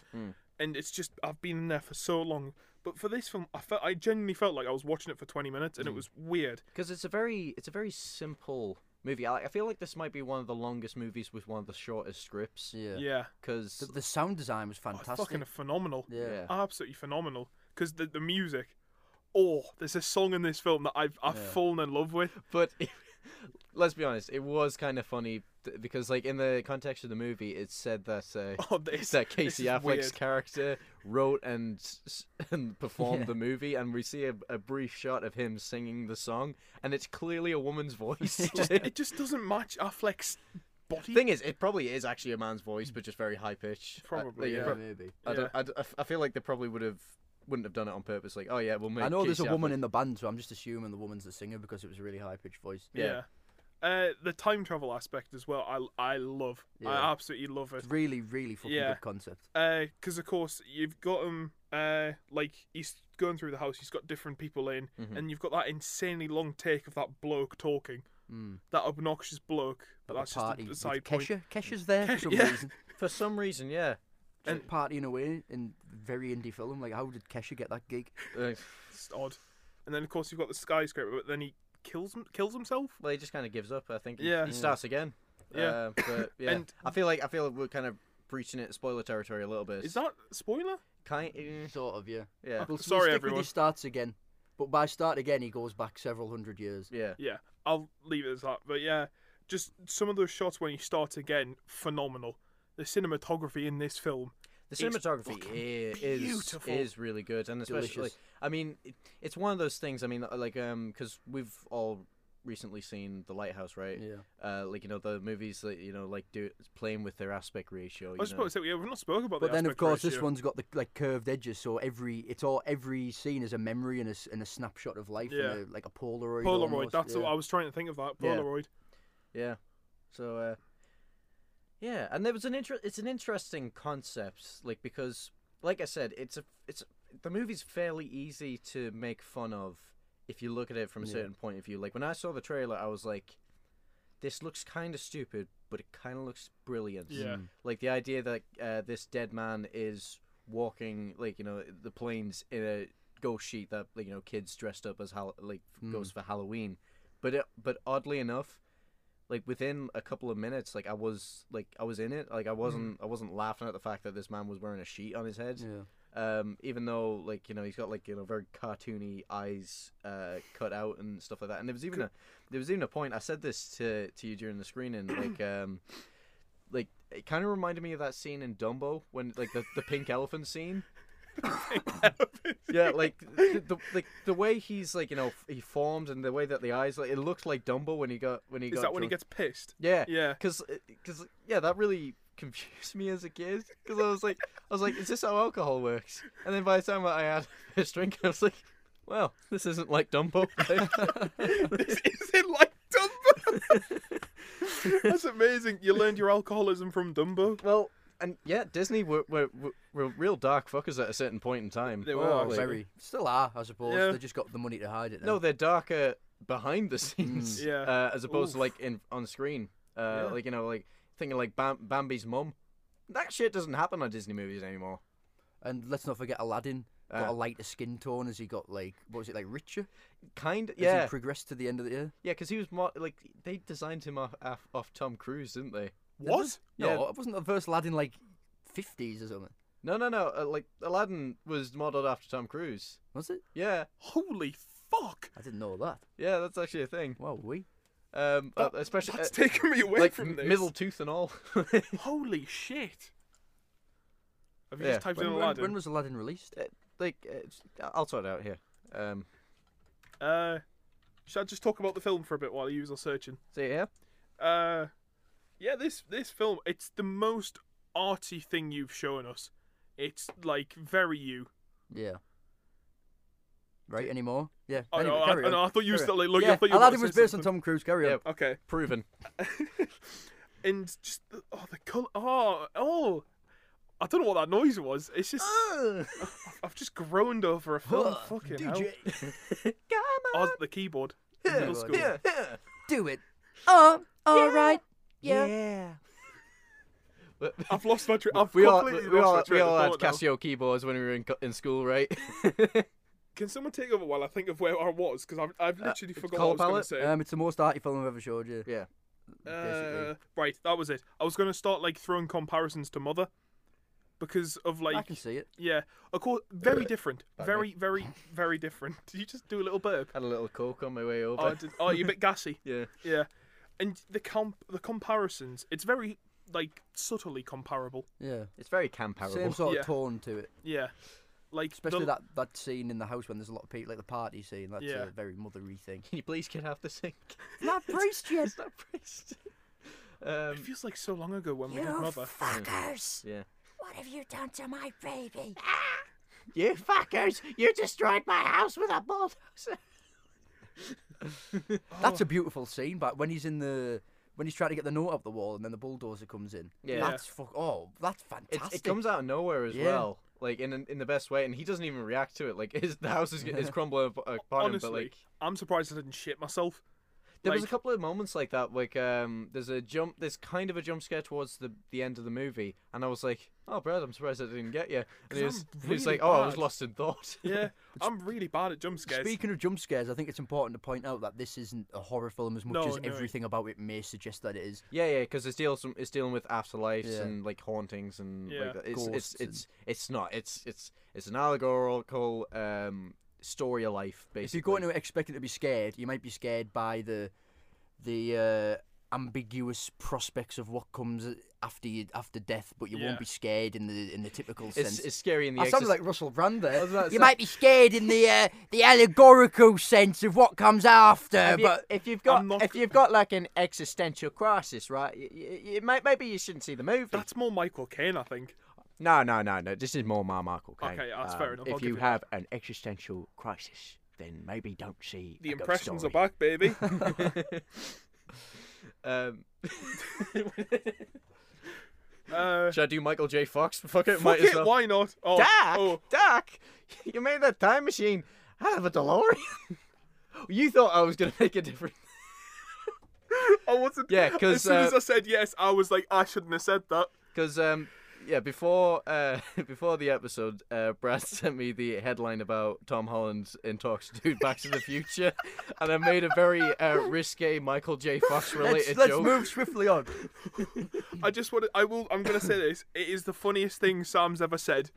and it's just I've been in there for so long. But for this film, I felt I genuinely felt like I was watching it for 20 minutes, and it was weird. Because it's a very it's a very simple movie. I, I feel like this might be one of the longest movies with one of the shortest scripts. yeah, yeah. Because The, the sound design was Oh, it's fantastic. fucking phenomenal. yeah. Yeah. Absolutely phenomenal. Because the, the music. Oh, there's a song in this film that I've, I've fallen in love with. but let's be honest, it was kind of funny th- because like in the context of the movie, it said that. Uh, Oh, this, that this Casey is Affleck's weird. character wrote and s- and performed the movie, and we see a, a brief shot of him singing the song, and it's clearly a woman's voice. It just doesn't match Affleck's body. Thing is, it probably is actually a man's voice, but just very high pitched. Probably, I, yeah. like, Yeah, maybe. I, don't- I d- I f- I feel like they probably would have wouldn't have done it on purpose. Like, oh yeah, we'll make. I know there's Casey a woman Affleck- in the band, so I'm just assuming the woman's the singer because it was a really high pitched voice. yeah. Uh, the time travel aspect as well, I, I love. Yeah. I absolutely love it. It's really, really fucking Yeah. good concept. because Uh, of course you've got him uh like he's going through the house he's got different people in Mm-hmm. and you've got that insanely long take of that bloke talking Mm. that obnoxious bloke but At the that's party just a- a with side point Kesha, Kesha's there for Kesha, some yeah. reason. for some reason, yeah. Just partying away in very indie film. Like, how did Kesha get that gig? Like, it's odd and then of course you've got the skyscraper but then he kills him kills himself well, he just kind of gives up. I think. He- Yeah. he starts again. Yeah. Uh, but yeah, And- I feel like I feel like we're kind of breaching it spoiler territory a little bit. is that spoiler kind? eh, Sort of, yeah. Yeah, We'll, we'll Sorry, stick everyone. With he starts again, but by start again, he goes back several hundred years. yeah. yeah i'll leave it as that but yeah just some of those shots when he starts again phenomenal the cinematography in this film The It's cinematography fucking i- is, beautiful. is really good, and especially Delicious. I mean, it, it's one of those things. I mean, like um, because we've all recently seen The Lighthouse, right? Yeah. Uh, like you know the movies that you know like do playing with their aspect ratio. i was you just know. about to say yeah, we've not spoken about But the then, of aspect course, this ratio. one's got the like curved edges, so every it's all every scene is a memory and a, s- and a snapshot of life, Yeah. and a, like a Polaroid. polaroid almost, that's yeah. what i was trying to think of that Yeah. polaroid Yeah. So uh yeah, and there was an inter- it's an interesting concept like because like I said, it's a it's the movie's fairly easy to make fun of if you look at it from a certain point of view. Like when I saw the trailer, I was like this looks kind of stupid, but it kind of looks brilliant. Yeah. Mm. Like the idea that uh, this dead man is walking like, you know, the plains in a ghost sheet that like, you know, kids dressed up as Hall- like ghosts for Halloween. But it, but oddly enough, like within a couple of minutes like i was like i was in it like i wasn't i wasn't laughing at the fact that this man was wearing a sheet on his head Yeah. um even though like you know he's got like you know very cartoony eyes uh cut out and stuff like that and there was even a there was even a point i said this to to you during the screening like um like it kind of reminded me of that scene in dumbo when like the, the pink elephant scene yeah, like the, the like the way he's like you know he formed and the way that the eyes like it looked like Dumbo when he got when he is got that when he drunk. gets pissed Yeah, Yeah. because uh, yeah, that really confused me as a kid because I was like, I was like, is this how alcohol works? And then by the time I had this drink, I was like, well, this isn't like Dumbo. this isn't like Dumbo. That's amazing. You learned your alcoholism from Dumbo. well, and yeah, Disney were, were were were real dark fuckers at a certain point in time. They were Oh, actually. very. Still are, I suppose. Yeah. They just got the money to hide it. Then. No, they're darker behind the scenes, Mm. Yeah. uh, as opposed to Oof. like in on screen. Uh, Yeah. Like you know, like thinking like Bam- Bambi's mum. That shit doesn't happen on Disney movies anymore. and let's not forget Aladdin. Got Uh. a lighter skin tone as he got like what was it like richer? Kind, of, As yeah, he progressed to the end of the year. yeah, because he was more like they designed him off, off off Tom Cruise, didn't they? What? No, it wasn't the first Aladdin like fifties or something. No, no, no. Uh, like Aladdin was modeled after Tom Cruise. Was it? Yeah, Holy fuck! I didn't know that. yeah, that's actually a thing. Wow, we. Um, uh, That- especially That's uh, taken me away like from m- this. middle tooth and all. Holy shit! Have you Yeah. just typed When, in when- Aladdin? when was Aladdin released? like, uh, it's- I'll sort it out here. Um, Uh, should I just talk about the film for a bit while you are searching? see it here. Uh, yeah, this this film it's the most arty thing you've shown us. It's like very you. Yeah. Right anymore? Yeah. Oh, anyway, no, I, carry I, on. no, I thought you Carry on. were still like, look, yeah, I thought you were about Aladdin to was say based on something. Tom Cruise. Carry on. Yep. Okay, Proven. and just oh the color. Oh oh, I don't know what that noise was. It's just I've just groaned over a film. Fucking hell. Oh, the keyboard. Middle school. Yeah. Do it. Oh, all right. Yeah. But- I've lost my. Tra- I've we all, completely we lost all, my we train all of had thought now. Casio keyboards when we were in, co- in school, right? Can someone take over while I think of where I was? Because I've, Uh, I've literally forgotten colour what I was palette? going to say. Um, it's the most arty film I've ever showed you. yeah. basically. Uh, right, that was it. I was going to start like throwing comparisons to Mother because of I like can see it. yeah, of course, very different, me. very very very different. Did you just do a little burp? Had a little coke on my way over. Oh, I did, oh you're a bit gassy. yeah. Yeah, and the comp the comparisons, it's very like subtly comparable. Yeah. It's very comparable. Same sort Yeah. of tone to it. Yeah, like the- Especially that, that scene in the house when there's a lot of people, like the party scene. That's Yeah. a very mothery thing. Can you please get off the sink? Not braced yet. It's not braced. It Um, feels like so long ago when we did Mother. fuckers! yeah. What have you done to my baby? You fuckers! You destroyed my house with a bulldozer. That's a beautiful scene, but when he's in the when he's trying to get the note up the wall and then the bulldozer comes in. Yeah. That's fuck oh, that's It, fantastic. it comes out of nowhere as Yeah. well, like in in the best way, and he doesn't even react to it. Like his the house is, is crumbling up- uh, upon Honestly, him, but like I'm surprised I didn't shit myself. There was Like- a couple of moments like that. Like, um, there's a jump. There's kind of a jump scare towards the the end of the movie, and I was like, "Oh, Brad, I'm surprised I didn't get you." And he I'm was, he was really like, "Oh, I was bad." lost in thought." Yeah, I'm really bad at jump scares. Speaking of jump scares, I think it's important to point out that this isn't a horror film as much No, as no. everything about it may suggest that it is. yeah, yeah, because it's dealing some, it's dealing with afterlives Yeah. and like hauntings and Yeah. like that. It's Ghosts it's it's it's not. It's it's it's an allegorical um story of life. Basically, If you go into it expecting to be scared, you might be scared by the the uh, ambiguous prospects of what comes after you after death, but you Yeah. won't be scared in the in the typical it's, sense. it's scary in the. I sounded Exorcist- like Russell Brand there. was about to You say- might be scared in the uh, the allegorical sense of what comes after, Have you- but if you've I'm not g- you've got like an existential crisis, right? You, you, you, may- maybe you shouldn't see the movie. That's more Michael Caine, I think. No, no, no, no. This is more my Michael Caine. Okay, that's fair Um, enough, If I'll give you you have an existential crisis, then maybe don't see a The ghost impressions are story. back, baby. Um, Uh, should I do Michael J. Fox? Fuck it, fuck might as it, well. why not? Oh, Doc, oh, Doc, you made that time machine out of a DeLorean. you thought I was gonna make a difference. I wasn't. Yeah, as 'cause, soon as uh, I said yes, I was like, I shouldn't have said that. Because um, yeah, before uh, before the episode, uh, Brad sent me the headline about Tom Holland in talks to do Back to the Future, and I made a very uh, risque Michael J. Fox related let's, let's joke. move swiftly on. I just want to. I will. I'm gonna say this. It is the funniest thing Sam's ever said.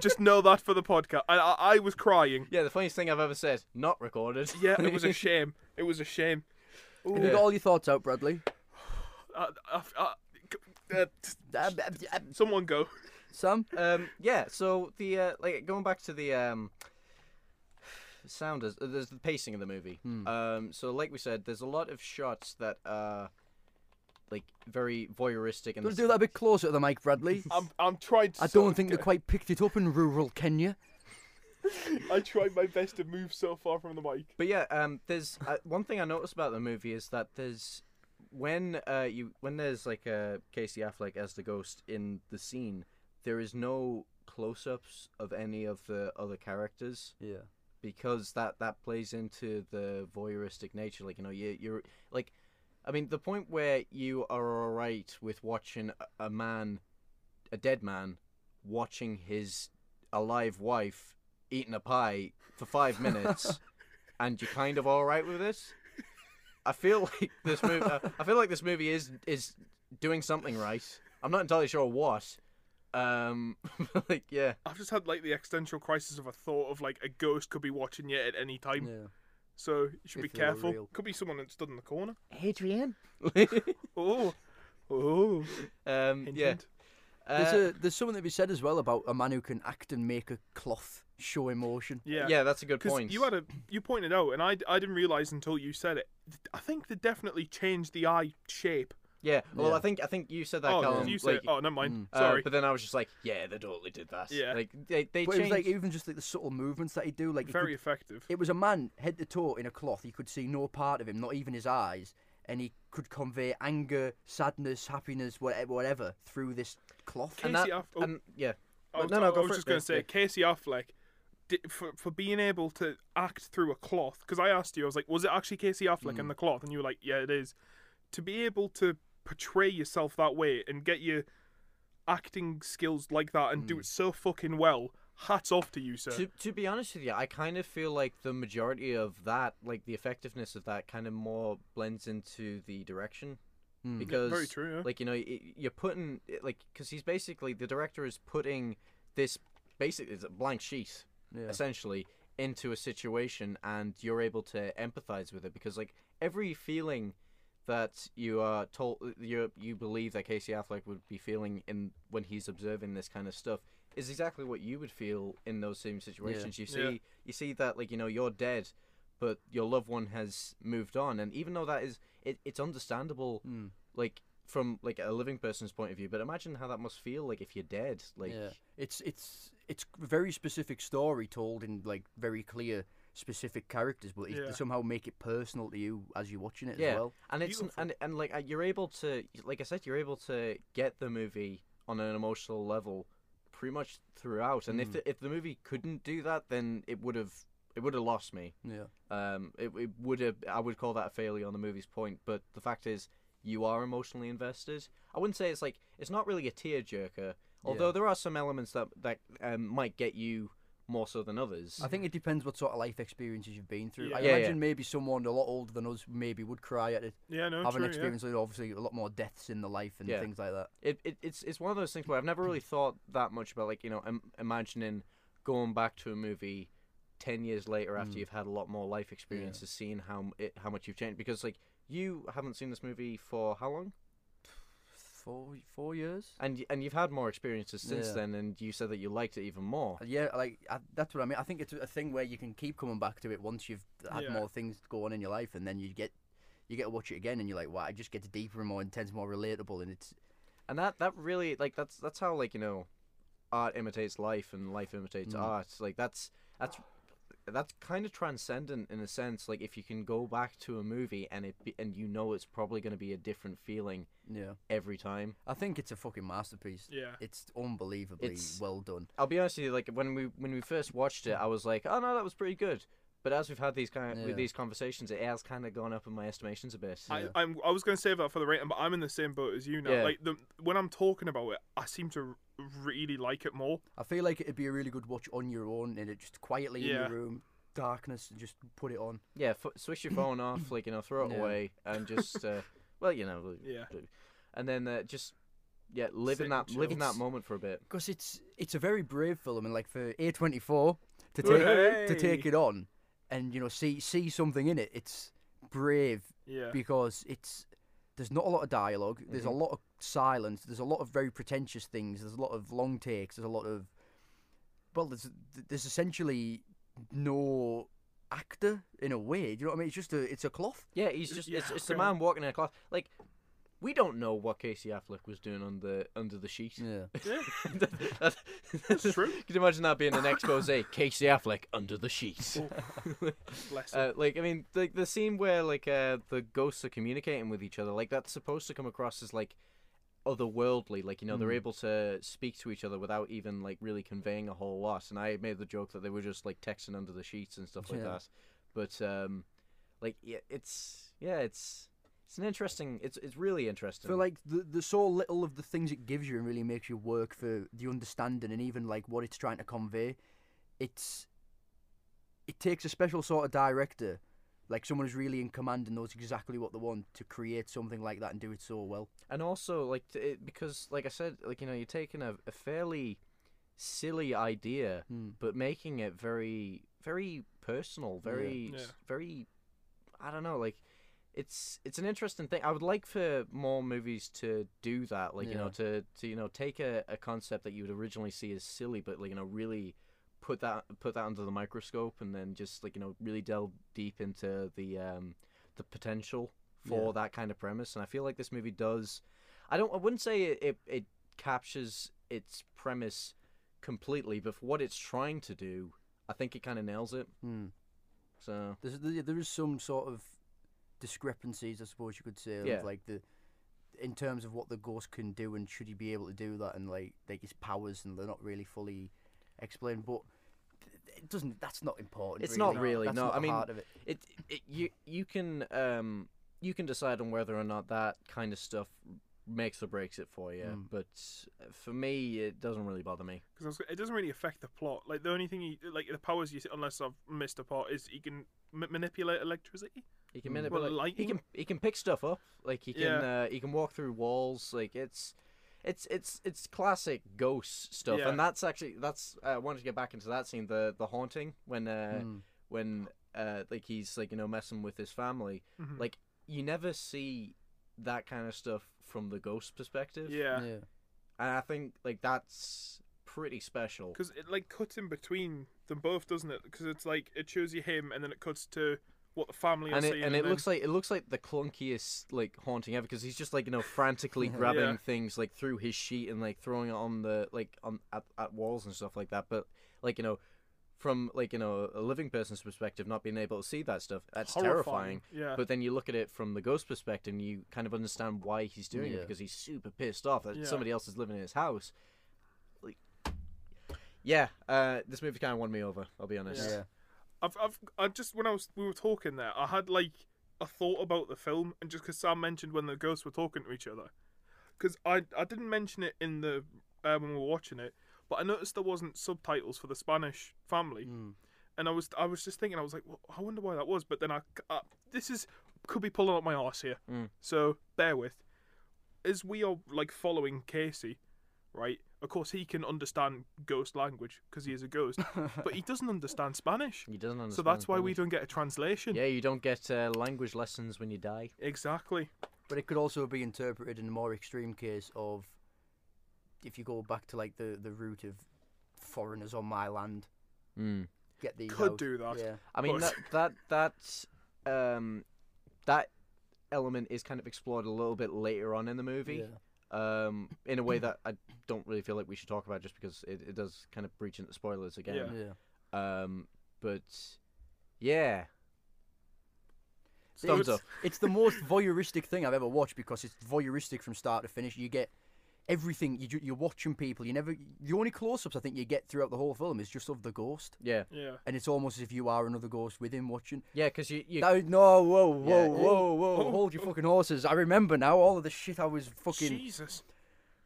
Just know that for the podcast. And I, I was crying. Yeah, the funniest thing I've ever said, not recorded. Yeah, it was a shame. It was a shame. Have you got all your thoughts out, Bradley? Uh, uh, uh, uh, Uh, uh, uh, someone go. Sam? um, yeah. So the uh, like going back to the um, sound is uh, there's the Hmm. pacing of the movie. Um, so like we said, there's a lot of shots that are like very voyeuristic and Don't do that a bit closer to the mic, Bradley. I'm, I'm trying to. I sort don't of think they get- quite picked it up in rural Kenya. I tried my best to move so far from the mic. But yeah, um, there's uh, one thing I noticed about the movie is that there's when uh you when there's like uh Casey Affleck as the ghost in the scene, there is no close-ups of any of the other characters Yeah. because that that plays into the voyeuristic nature. Like you know, you you're like, I mean, the point where you are alright with watching a- a man, a dead man, watching his alive wife eating a pie for five minutes, and you're kind of alright with this. I feel like this movie. I feel like this movie is is doing something right. I'm not entirely sure what. Um, like yeah, I've just had like the existential crisis of a thought of like a ghost could be watching you at any time. Yeah. So you should be If they were careful. real. Could be someone that stood in the corner. Adrian. Oh, oh, um, hint, yeah. hint. Uh, There's, a, there's something to be said as well about a man who can act and make a cloth show emotion. yeah, Yeah, that's a good Because point. you had a you pointed out, and I, I didn't realize until you said it. I think they definitely changed the eye shape. yeah. Well, Yeah. I think I think you said that, oh, Callum. you said. like, oh, never mind. uh, Sorry. but then I was just like, yeah, they totally did that. Yeah. Like they they But it was changed. like even just like the subtle movements that he do, like he Very could- effective. it was a man head to toe in a cloth. You could see no part of him, not even his eyes, and he could convey anger, sadness, happiness, whatever, whatever through this cloth. Casey and that, Aff- oh, and, yeah. I was, no, no, I go was for it, just going yeah, to say yeah. Casey Affleck di for for being able to act through a cloth. Because I asked you, I was like, was it actually Casey Affleck Mm. in the cloth? And you were like, yeah, it is. To be able to portray yourself that way and get your acting skills like that and Mm. do it so fucking well, hats off to you, sir. To to be honest with you, I kind of feel like the majority of that, like the effectiveness of that, kind of more blends into the direction. Mm. Because very true, yeah. like you know, y- you're putting it- like because he's basically the director is putting this basically it's a blank sheet Yeah. essentially into a situation and you're able to empathize with it because like every feeling that you are told you you believe that Casey Affleck would be feeling in when he's observing this kind of stuff is exactly what you would feel in those same situations you see Yeah. you see that like you know you're dead but your loved one has moved on and even though that is it, it's understandable Hmm. like from like a living person's point of view but imagine how that must feel like if you're dead like yeah, it's it's it's a very specific story told in like very clear specific characters, but it, Yeah. they somehow make it personal to you as you're watching it yeah as well. and it's Beautiful. and and like uh, you're able to like i said you're able to get the movie on an emotional level pretty much throughout and if the, if the movie couldn't do that then it would have it would have lost me Yeah, um it, it would have i would call that a failure on the movie's point but the fact is you are emotionally invested i wouldn't say it's like it's not really a tearjerker although there are some elements that that um, might get you more so than others I think it depends what sort of life experiences you've been through. I Yeah, yeah. imagine maybe someone a lot older than us maybe would cry at it. yeah, no, Have an Oh, true, yeah. experience with obviously a lot more deaths in the life and Yeah. things like that. it, it it's it's one of those things where I've never really thought that much about like you know Im- imagining going back to a movie ten years later after you've had a lot more life experiences, seeing how m- it, how much you've changed because like you haven't seen this movie for how long Four four years. and y- and you've had more experiences since Yeah. then and you said that you liked it even more. Yeah, like I, that's what I mean. I think it's a thing where you can keep coming back to it once you've had Yeah. more things go on in your life, and then you get you get to watch it again, and you're like, wow, it just gets deeper and more intense, more relatable, and it's and that that really like that's that's how like you know art imitates life and life Mm. imitates art like that's that's that's kind of transcendent in a sense like if you can go back to a movie and it be, and you know it's probably going to be a different feeling yeah. every time I think it's a fucking masterpiece. Yeah. It's unbelievably It's- well done. i'll be honest with you like when we when we first watched it i was like oh no that was pretty good but as we've had these kind Yeah. with these conversations it has kind of gone up in my estimations a bit I, I'm, I was going to save that for the rating, but I'm in the same boat as you now. Yeah. Like the, when I'm talking about it, I seem to r- really like it more. I feel like it'd be a really good watch on your own, and it just quietly in Yeah. your room, darkness, and just put it on. yeah f- switch your phone off like you know throw it Yeah. away and just uh, well you know Yeah. and then uh, just yeah live Sit in and that live in chill. that moment for a bit Because it's it's a very brave film, and like for A24 to take to take Hey! it on, and you know see see something in it, it's brave Yeah. Mm-hmm. because it's there's not a lot of dialogue. There's a lot of silence. There's a lot of very pretentious things. There's a lot of long takes. There's a lot of well, there's there's essentially no actor in a way. Do you know what I mean? It's just a it's a cloth. yeah he's just Yeah, it's, it's the pretty much. man walking in a cloth like we don't know what Casey Affleck was doing on the under the sheet. Yeah. That's true. Could you imagine that being an expose? Casey Affleck under the sheet. Oh, Bless him. Uh, like I mean, like the scene where like uh, the ghosts are communicating with each other, like that's supposed to come across as like otherworldly. Like you know, they're Mm. able to speak to each other without even like really conveying a whole lot. And I made the joke that they were just like texting under the sheets and stuff like Yeah. that. But um, like yeah, it's yeah, it's it's an interesting. It's it's really interesting. For like the the so little of the things it gives you and really makes you work for the understanding and even like what it's trying to convey, it's it takes a special sort of director, like someone who's really in command and knows exactly what they want to create something like that and do it so well. and also like t- it, because like i said like you know you're taking a, a fairly silly idea Hmm. but making it very very personal very Yeah. s- very i don't know like it's it's an interesting thing i would like for more movies to do that like you know Yeah. to to you know take a, a concept that you would originally see as silly but like you know really put that put that under the microscope and then just like you know really delve deep into the um the potential for Yeah. that kind of premise and i feel like this movie does i don't i wouldn't say it it, it captures its premise completely but for what it's trying to do i think it kind of nails it Hmm. so There's there there is some sort of discrepancies, I suppose you could say, Yeah. of like the in terms of what the ghost can do and should he be able to do that and like like his powers and they're not really fully explained, but it doesn't. That's not important. It's not really, That's no, not I the mean, heart of it. it, it you you can um you can decide on whether or not that kind of stuff makes or breaks it for you Mm. but uh, for me it doesn't really bother me Because it doesn't really affect the plot. Like the only thing, he, like the powers you, unless I've missed a part, is he can ma- manipulate electricity. He can Mm. manip- Well, like, he lightning- can he can pick stuff up. Like he can uh, he can walk through walls. Like it's it's it's it's classic ghost stuff. Yeah. And that's actually that's uh, I wanted to get back into that scene the the haunting when uh, Mm. when uh, like he's like you know messing with his family. Mhm. Like you never see that kind of stuff from the ghost perspective. Yeah. yeah. And I think like that's pretty special. because it like cuts in between them both, doesn't it? Because it's like it shows you him, and then it cuts to what the family are and it, seeing, and it then- looks like it looks like the clunkiest like haunting ever because he's just like you know frantically Yeah. grabbing Yeah. things like through his sheet and like throwing it on the like on at, at walls and stuff like that but like you know from like you know a living person's perspective not being able to see that stuff that's terrifying, Horrifying, yeah. but then you look at it from the ghost perspective and you kind of understand why he's doing it Yeah. because he's super pissed off that Yeah. somebody else is living in his house like yeah uh this movie kind of won me over i'll be honest Yeah. I've, I've, I just when I was we were talking there, I had like a thought about the film, and just because Sam mentioned when the ghosts were talking to each other, because I, I didn't mention it in the uh, when we were watching it, but I noticed there wasn't subtitles for the Spanish family, Mm. and I was, I was just thinking, I was like, well, I wonder why that was, but then I, c- I- this is could be pulling up my arse here, Mm. so bear with. As we are like following Casey, right? Of course, he can understand ghost language because he is a ghost, but he doesn't understand Spanish. he doesn't understand So that's why Spanish. we don't get a translation. Yeah, you don't get uh, language lessons when you die. Exactly. But it could also be interpreted in a more extreme case of if you go back to like the the root of foreigners on my land, Hmm. get these Could out. do that. Yeah. I mean But- that that that um, that element is kind of explored a little bit later on in the movie, Yeah. um, in a way that I don't really feel like we should talk about just because it, it does kind of breach into spoilers Yeah. again. Um, but yeah, So Thumbs it's- up. It's the most voyeuristic thing I've ever watched because it's voyeuristic from start to finish. You get everything. You, ju- you're watching people. You never. The only close-ups I think you get throughout the whole film is just of the ghost, yeah, Yeah. and it's almost as if you are another ghost with him watching. yeah, because you, you No, no, whoa, whoa, Yeah. Oh. whoa, whoa! Hold your fucking horses. I remember now all of the shit I was fucking. Jesus.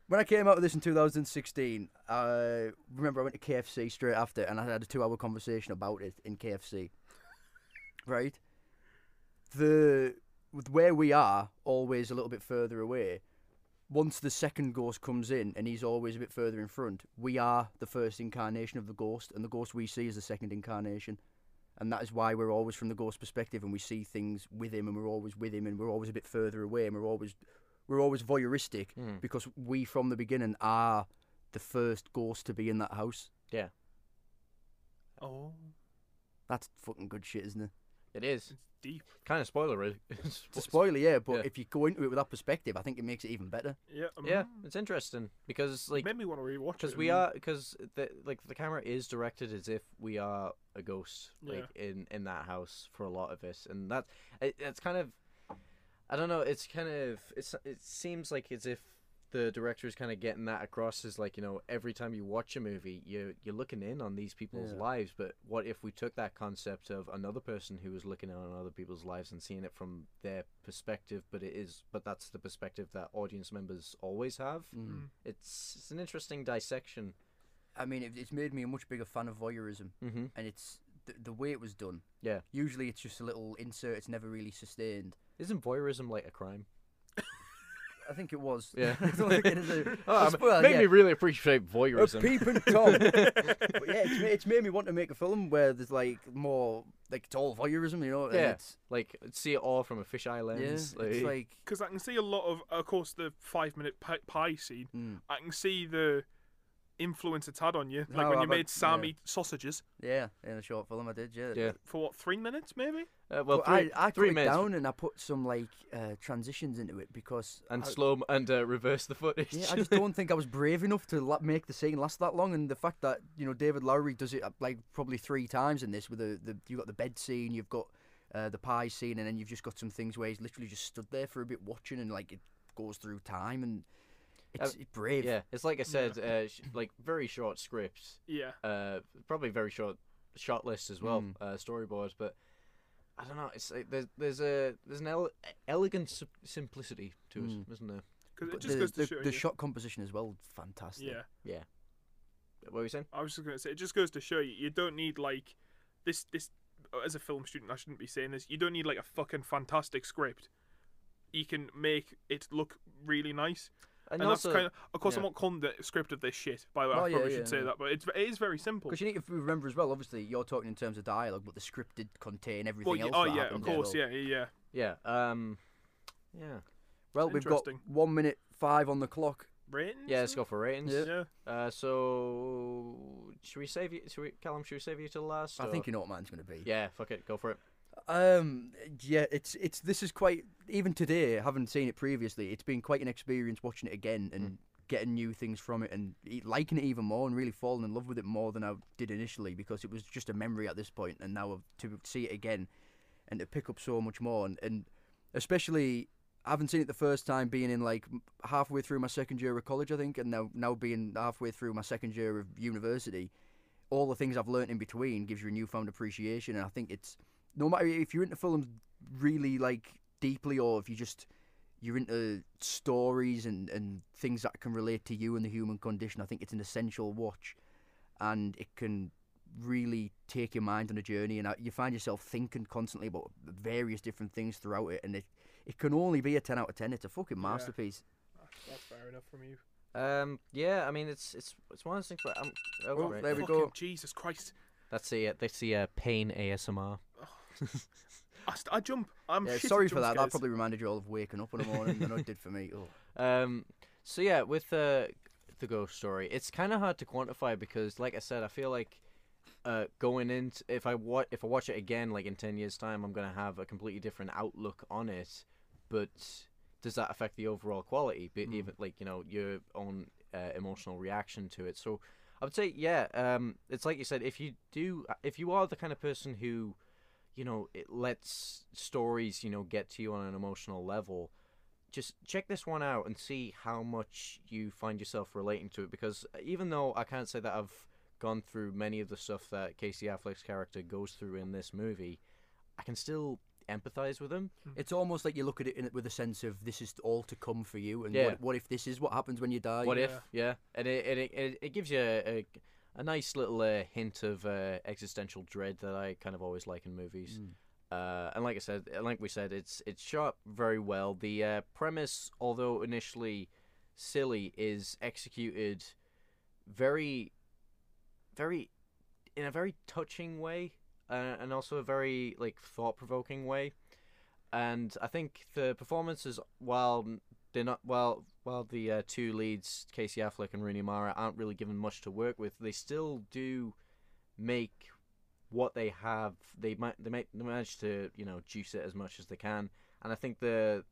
When I came out of this in 2016, I remember I went to KFC straight after and I had a two hour conversation about it in KFC. right? The with where we are, always a little bit further away. Once the second ghost comes in and he's always a bit further in front, we are the first incarnation of the ghost, and the ghost we see is the second incarnation. And that is why we're always from the ghost perspective and we see things with him and we're always with him and we're always a bit further away and we're always we're always voyeuristic Mm. because we from the beginning are the first ghost to be in that house. Oh. That's fucking good shit, isn't it? It is deep. kind of spoilery. It's a spoiler, yeah, but Yeah. if you go into it with that perspective, I think it makes it even better. Yeah, um, yeah, Mm. it's interesting because like made me want to rewatch it. because we are because the like the camera is directed as if we are a ghost like in in that house for a lot of us and that's it, it's kind of i don't know it's kind of it's it seems like as if the director is kind of getting that across is like you know every time you watch a movie you you're looking in on these people's Yeah. lives but what if we took that concept of another person who was looking in on other people's lives and seeing it from their perspective but it is but that's the perspective that audience members always have Mm. it's it's an interesting dissection. I mean, it, it's made me a much bigger fan of voyeurism, Mm-hmm. and it's the, the way it was done. Yeah. Usually, it's just a little insert. It's never really sustained. Isn't voyeurism like a crime? I think it was. Yeah. I don't think it is a- Oh, it's- well, made yeah. me really appreciate a voyeurism. peep and Tom. but yeah, it's, ma- it's made me want to make a film where there's like more like it's all voyeurism, you know. and Yeah. it's, like see it all from a fisheye yeah, lens. like, it's like because I can see a lot of, of course, the five minute pi- pie scene. mm, I can see the influence it's had on you. Like No, when you I've had- made Sam yeah. eat sausages yeah, in a short film I did, yeah. yeah. for what three minutes maybe. Uh, well, But three, I, I three cut it minutes down and I put some like uh, transitions into it because and I, slow mo- and uh, reverse the footage. yeah, I just don't think I was brave enough to la- make the scene last that long. And the fact that you know David Lowry does it uh, like probably three times in this, with the, the you have got the bed scene, you've got uh, the pie scene, and then you've just got some things where he's literally just stood there for a bit watching, and like it goes through time, and it's, it's brave. Uh, Yeah, it's like I said, uh, sh- like very short scripts, Yeah, uh, probably very short shot lists as well, Mm. uh, storyboards. But I don't know. It's like there's there's a there's an ele- elegant sim- simplicity to it, Mm. isn't there? because it But just the, goes to the, show the you. shot composition as well, fantastic. yeah, What were you saying? I was just gonna say it just goes to show you you don't need like this this uh, as a film student I shouldn't be saying this. You don't need like a fucking fantastic script. You can make it look really nice, and, that's kind of. Of course, yeah. I'm not calling the script of this shit. By the way, Oh, I yeah, probably yeah, should say yeah. that, but it's it is very simple. Because you need to remember as well. Obviously, you're talking in terms of dialogue, but the script did contain everything Well, y- else. oh that yeah, of happened as course, well. yeah, yeah, yeah. yeah. Um, yeah. Well, we've got Interesting. one minute five on the clock. Ratings? Yeah, let's go for ratings. Yeah. Yeah. Uh, so should we save you? Should we, Callum? Should we save you to the last? I or- think you know what mine's going to be. Yeah, fuck it, go for it. Um, yeah, it's it's this is quite even today. Having seen it previously, it's been quite an experience watching it again and Mm. getting new things from it and e- liking it even more and really falling in love with it more than I did initially because it was just a memory at this point and now I've- to see it again and to pick up so much more and, and especially having seen it the first time being in like m- halfway through my second year of college I think and now now being halfway through my second year of university all the things I've learnt in between gives you a newfound appreciation and I think it's no matter if you're into films really like deeply or if you just you're into stories and, and things that can relate to you and the human condition, I think it's an essential watch and it can really take your mind on a journey and uh, you find yourself thinking constantly about various different things throughout it and it, it can only be a 10 out of 10. It's a fucking masterpiece. That's, that's fair enough from you. Um, yeah, I mean it's it's it's one of those things. Where I'm, oh, Oh, right. there we Fucking go. Jesus Christ. That's the uh, that's the uh, pain ASMR. I, st- I jump. I'm Yeah, shit at sorry for that. That jump scares. probably reminded you all of waking up in the morning. I know it did for me. Oh. Um, so yeah, with uh, the ghost story, it's kind of hard to quantify because, like I said, I feel like uh, going into if I wa- if I watch it again, like in ten years' time, I'm gonna have a completely different outlook on it. But does that affect the overall quality? But even like you know your own uh, emotional reaction to it. So I would say, yeah, um, it's like you said, if you do, if you are the kind of person who you know, it lets stories, you know, get to you on an emotional level. Just check this one out and see how much you find yourself relating to it. Because even though I can't say that I've gone through many of the stuff that Casey Affleck's character goes through in this movie, I can still empathize with him. It's almost like you look at it in, it with a sense of this is all to come for you and Yeah. what, what if this is what happens when you die? What if? yeah. Yeah, and it and it, it, it gives you a, a, a nice little uh, hint of uh, existential dread that I kind of always like in movies. Uh, and like I said, and like we said, it's it's shot very well. The uh, premise, although initially silly, is executed very, very, in a very touching way, uh, and also a very like thought provoking way. And I think the performances, while they're not well while the uh, two leads Casey Affleck and Rooney Mara aren't really given much to work with they still do make what they have. They might they might they manage to you know juice it as much as they can, and I think the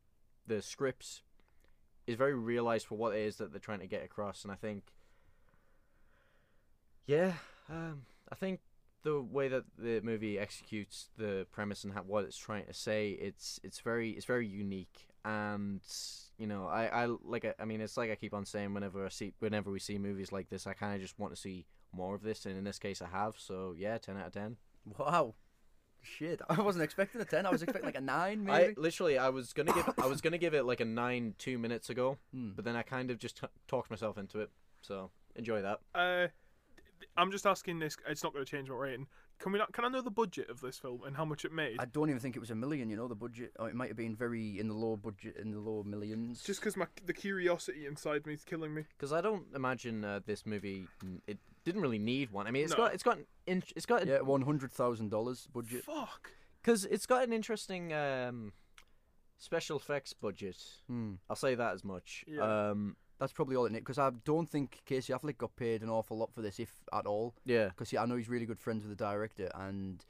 the scripts is very realized for what it is that they're trying to get across, and I think yeah, um, I think the way that the movie executes the premise and ha- what it's trying to say, it's it's very it's very unique. And you know, I, I like I, I mean, it's like I keep on saying whenever I see whenever we see movies like this, I kind of just want to see more of this. And in this case, I have. So yeah, ten out of ten. Wow. Shit, I wasn't expecting a 10. I was expecting like a 9 maybe. I literally I was gonna give I was gonna give it like a nine two minutes ago, but then I kind of just t- talked myself into it. So enjoy that. Uh, I'm just asking this. It's not going to change my rating. Can we not? Can I know the budget of this film and how much it made? I don't even think it was a million, you know, the budget. Or it might have been very in the low budget, in the low millions. Just because my the curiosity inside me is killing me. because I don't imagine uh, this movie. It didn't really need one. I mean, it's No. got it's got an in, it's got a yeah, $100,000 budget. Fuck. Because it's got an interesting um, special effects budget. Hmm. I'll say that as much. Yeah. Um, That's probably all in it because I don't think Casey Affleck got paid an awful lot for this, if at all. yeah. Because I know he's really good friends with the director, and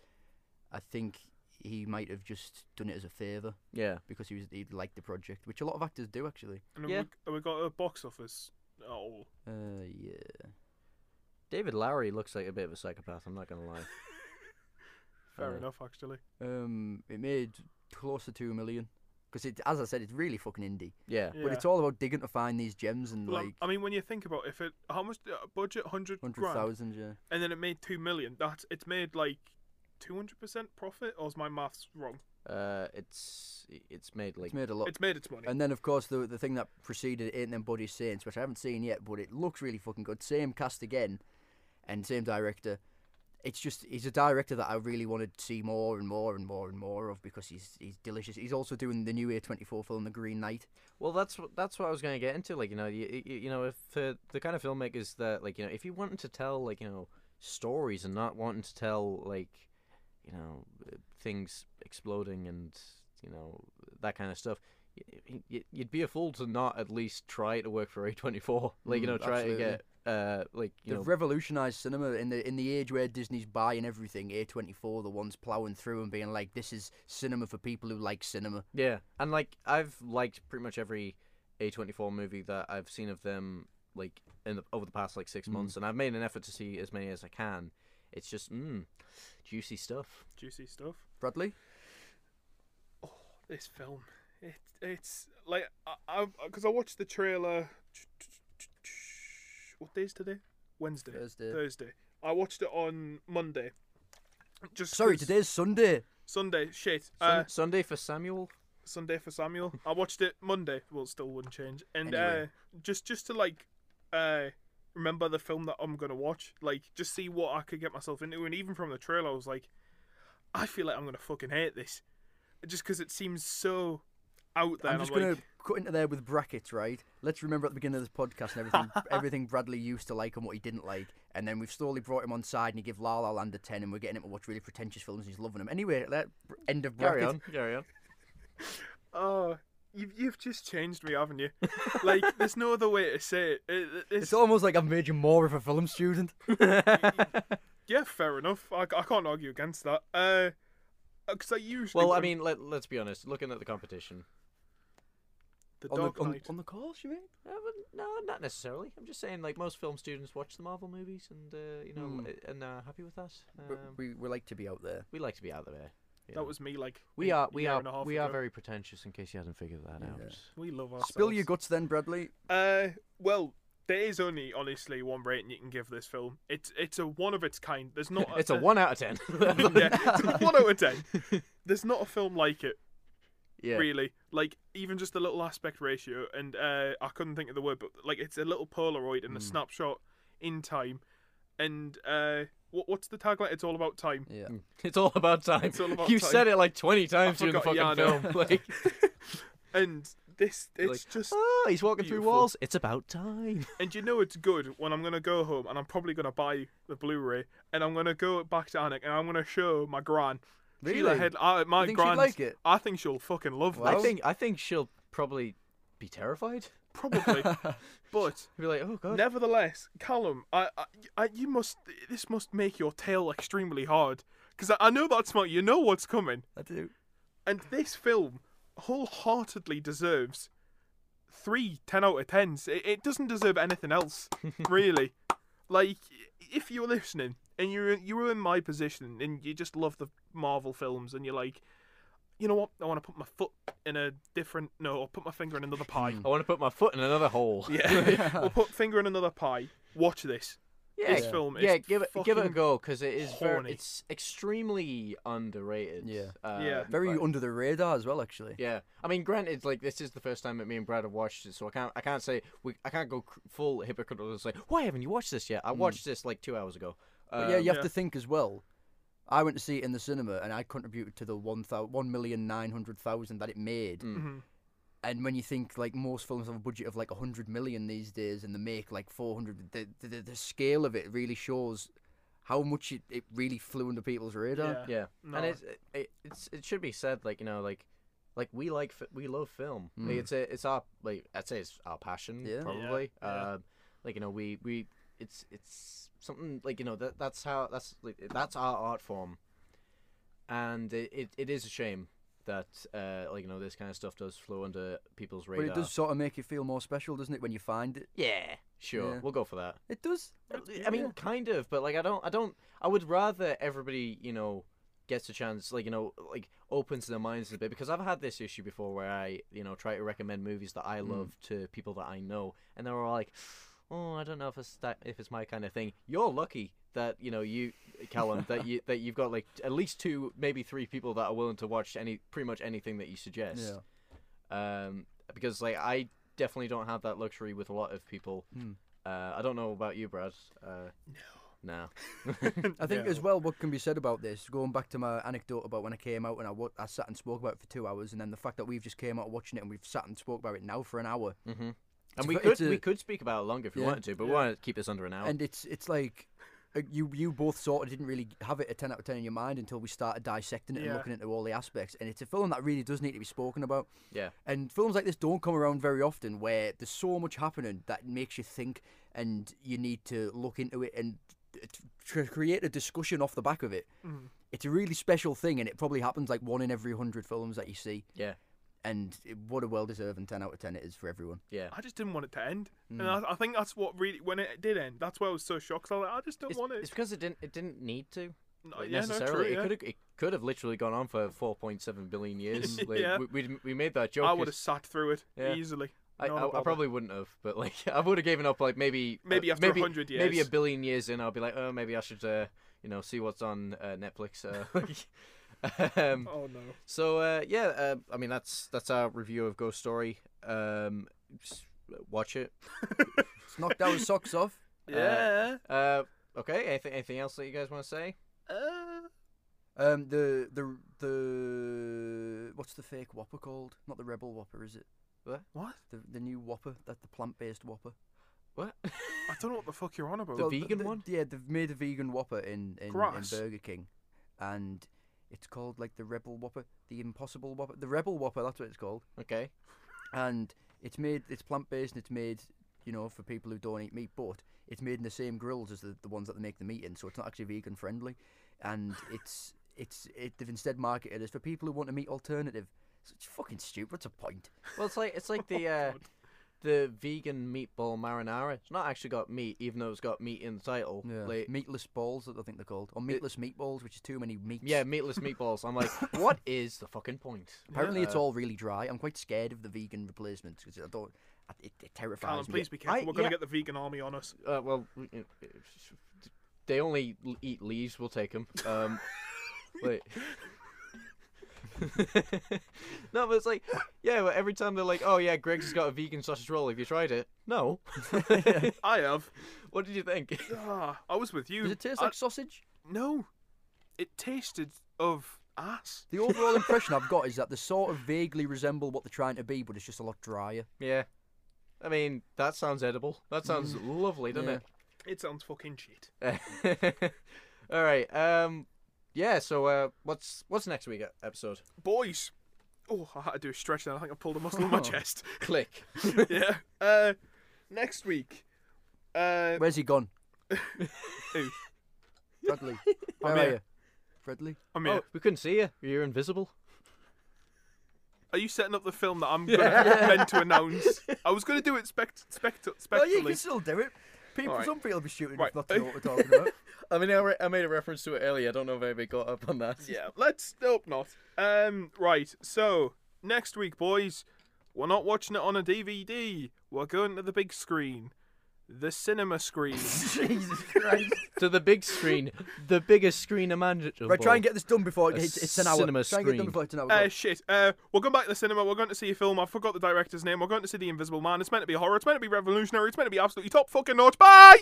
I think he might have just done it as a favour Yeah. because he was he liked the project, which a lot of actors do actually. And have Yeah. we, have we got a box office. Oh, at all? Uh, yeah. David Lowry looks like a bit of a psychopath. I'm not gonna lie. fair Uh, enough actually. Um, it made close to two million because it, as I said, it's really fucking indie. Yeah. But it's all about digging to find these gems and Well, uh, like I mean, when you think about if it, how much uh, budget? Hundred hundred grand, thousand. Yeah. and then it made two million. That's it's made like two hundred percent profit, or is my maths wrong? Uh, it's it's made like It's made a lot. It's made its money. And then, of course, the the thing that preceded it, and then Body Saints, which I haven't seen yet, but it looks really fucking good. Same cast again, and same director. It's just he's a director that I really wanted to see more and more and more and more of because he's he's delicious. He's also doing the new A24 film, The Green Knight. Well, that's what that's what I was going to get into. Like, you know, you, you, you know, if uh, the kind of filmmakers that, like, you know, if you wanted to tell, like, you know, stories and not wanting to tell, like, you know, uh, things exploding and you know that kind of stuff, y- y- you'd be a fool to not at least try to work for A twenty four. Like, you Mm, know, try absolutely. to get, uh, like, you They've know, revolutionised cinema in the in the age where Disney's buying everything. A24, the ones ploughing through and being like, "This is cinema for people who like cinema." Yeah, and like I've liked pretty much every A24 movie that I've seen of them like in the, over the past like Mm. 6 months and I've made an effort to see as many as I can. It's just mm, juicy stuff. Juicy stuff. Bradley, This film, it it's like I because I, watched the trailer. What day is today? Wednesday. Thursday. Thursday. I watched it on Monday. Just sorry, 'cause- today's Sunday. Sunday. Shit. Sun- Uh, Sunday for Samuel. Sunday for Samuel. I watched it Monday. Well, it still wouldn't change. And Anyway. uh, just just to like uh, remember the film that I'm gonna watch. Like just see what I could get myself into. And even from the trailer, I was like, I feel like I'm gonna fucking hate this, just because it seems so out there. I'm and just I'm gonna like, cut into there with brackets, right? Let's remember at the beginning of this podcast and everything everything Bradley used to like and what he didn't like, and then we've slowly brought him on side and he give La La Land a ten, and we're getting him to watch really pretentious films and he's loving them. Anyway, that end of Carry brackets. on. Carry on. oh. You've, you've just changed me, haven't you? like, there's no other way to say it. It- it- it's, It's almost like I've made you more of a film student. yeah, fair enough. I, I can't argue against that. Uh, because I usually Well, I wouldn't- mean, let, let's be honest. Looking at the competition, the on, Dark the, on, Knight. on the course, you mean? uh, but no, not necessarily. I'm just saying, like most film students watch the Marvel movies, and uh, you know, Mm. Hmm. and are happy with that. We- Um, we we like to be out there. we like to be out of the way. you know. That was me like We a are we year are and a half we ago. are very pretentious. In case you hadn't figured that Yeah. out. we love ourselves. Spill your guts, then, Bradley. Uh, well, there is only honestly one rating you can give this film. It's it's a one of its kind. There's not. it's a one out of ten. yeah, it's a one out of ten. There's not a film like it yeah. really. Like even just the little aspect ratio, and uh, I couldn't think of the word, but like it's a little Polaroid Mm. and a snapshot in time, and uh, what what's the tagline? It's all about time. Yeah. It's all about time. It's all about you time. said it like twenty times during the forgot- fucking yeah, I know. film. Like, And this, it's like, just oh, he's walking through beautiful. walls. It's about time. And you know it's good when I'm gonna go home and I'm probably gonna buy the Blu-ray and I'm gonna go back to Anik and I'm gonna show my gran. Sheila Really? Head- uh, my You think she'd gran. like it? I think she'll fucking love Wow. that. I think I think she'll probably be terrified. Probably, but Be like, oh god. nevertheless, Callum, I, I, I, you must. This must make your tail extremely hard because I, I know that's not you know what's coming. I do. And this film wholeheartedly deserves three 10 out of 10s. It, it doesn't deserve anything else, really. like, if you're listening and you're, you were in my position and you just love the Marvel films and you're like, you know what? I want to put my foot in a different. No, I'll put my finger in another pie. I want to put my foot in another hole. yeah. we'll put finger in another pie. Watch this. Yeah, This film is yeah, give it give it a fucking go because it is horny. very it's extremely underrated. Yeah. uh, Yeah. Very but- under the radar as well, actually. yeah. I mean, granted, like this is the first time that me and Brad have watched it, so I can't I can't say we I can't go cr- full hypocritical and say why haven't you watched this yet? I watched this like two hours ago. But yeah, Um, you have yeah. to think as well. I went to see it in the cinema, and I contributed to the one thou- one million nine hundred thousand that it made. Mhm. And when you think like most films have a budget of like hundred million these days, and they make like four hundred, the, the the scale of it really shows how much it, it really flew under people's radar. Yeah. Yeah, No. and it's, it, it's it should be said like you know like like we like fi- we love film. Like, it's a, it's our like I'd say it's our passion Hmm. Yeah. Yeah, probably. yeah. Uh, like you know we we it's it's something like you know that that's how that's like that's our art form, and it it, it is a shame that uh like you know this kind of stuff does flow under people's But radar. it does sort of make you feel more special, doesn't it, when you find it? Yeah, sure, Yeah. we'll go for that. It does. I mean, kind of, but like I don't, I don't, I would rather everybody, you know, gets a chance, like you know, like opens their minds a bit because I've had this issue before where I, you know, try to recommend movies that I love to people that I know, and they're all like, "Oh, I don't know if it's that, if it's my kind of thing." You're lucky that you know you, Callum, that you that you've got like at least two, maybe three people that are willing to watch any pretty much anything that you suggest Yeah. um, because like I definitely don't have that luxury with a lot of people. Uh, I don't know about you, Brad. Uh, no. No. I think as well, what can be said about this, going back to my anecdote about when I came out and I, wa- I sat and spoke about it for two hours, and then the fact that we've just came out watching it and we've sat and spoke about it now for an hour, Mm-hmm. and we ve- could it's a- we could speak about it longer if we Yeah. wanted to, but we want to keep this under an hour. and it's it's like uh, you you both sort of didn't really have it a ten out of ten in your mind until we started dissecting it Yeah. and looking into all the aspects, and it's a film that really does need to be spoken about. yeah. And films like this don't come around very often where there's so much happening that makes you think and you need to look into it and t- t- create a discussion off the back of it. Mm-hmm. It's a really special thing and it probably happens like one in every 100 films that you see. Yeah. And it- what a well deserving 10 out of 10 it is for everyone. Yeah. I just didn't want it to end, and I, I think that's what really when it did end. That's why I was so shocked. I was like, I just don't It's, want it. it's because it didn't it didn't need to No, like, yeah, no, true, necessarily. yeah. It could have it could have literally gone on for four point seven billion years. Like, Yeah. we, we we made that joke. I would have 'cause sat through it Yeah. easily. I, Not a I, I bother. probably wouldn't have, but like I would have given up. Like maybe uh, Maybe after maybe, 100 maybe a years. billion years in, I'll be like, oh, maybe I should, uh, you know, see what's on uh, Netflix. Uh, um, Oh no. so uh, yeah, uh, I mean that's that's our review of Ghost Story. Um, s- watch it. It's knocked our socks off. Yeah. Uh, okay, anything anything else that you guys want to say? Uh, Um, the, the, the, what's the fake Whopper called? Not the Rebel Whopper, is it? what? The, the new Whopper, that the plant based Whopper. What? I don't know what the fuck you're on about. The- vegan one? Yeah, they've made a vegan Whopper in in, in Grass. Burger King, and it's called like the Rebel Whopper, the Impossible Whopper, the Rebel Whopper. That's what it's called, okay. and it's made it's plant based and it's made you know for people who don't eat meat, but it's made in the same grills as the, the ones that they make the meat in, so it's not actually vegan friendly, and it's it's it, they've instead marketed it as for people who want a meat alternative. So It's fucking stupid. What's a point? Well, it's like it's like the uh, the vegan meatball marinara. It's not actually got meat, even though it's got meat in the title. Like, Meatless balls, that I think they're called, or meatless meatballs, which is too many meats. Yeah, meatless meatballs. I'm like, what is the fucking point? Apparently, it's all really dry. I'm quite scared of the vegan replacements because I don't. I- It, it terrifies Alan, me. please be careful. I- We're gonna yeah. get the vegan army on us. Uh, well, they only l- eat leaves. We'll take them. Um, wait. no, but it's like, yeah. But every time they're like, "Oh yeah, Greg's has got a vegan sausage roll. Have you tried it?" No. I have. what did you think? Ah, I was with you. Does it taste I- like sausage? no. It tasted of ass. The overall impression I've got is that they sort of vaguely resemble what they're trying to be, but it's just a lot drier. Yeah. Mm. I mean, that sounds edible. That sounds lovely, doesn't Yeah. it? It sounds fucking shit. All right. Um. Yeah. So, uh, what's what's next week e-, episode? Boys. Oh, I had to do a stretch then. I think I pulled a muscle in my chest. Click. yeah. Uh, next week. Uh, Where's he gone? Who? Bradley. Where are here. you? Redley. I mean, Oh, we couldn't see you. You're invisible. are you setting up the film that I'm gonna, meant to announce? I was going to do it spect- spect- Well, Oh, you can spectacally. still do it. People, All right. some people will be shooting Right. if not to know what we're talking about. I mean, I, re- I made a reference to it earlier. I don't know if anybody got up on that. yeah, let's hope not. Um, right. So next week, boys, we're not watching it on a DVD. We're going to the big screen, the cinema screen. Jesus Christ! To the big screen, the biggest screen imaginable. Right, try and get this done before it A hits, it's an hour. cinema try and get done screen. before it's an hour. Uh, shit. Uh, we're going back to the cinema. We're going to see a film. I forgot the director's name. We're going to see The Invisible Man. It's meant to be horror. It's meant to be revolutionary. It's meant to be absolutely top fucking notch. Bye.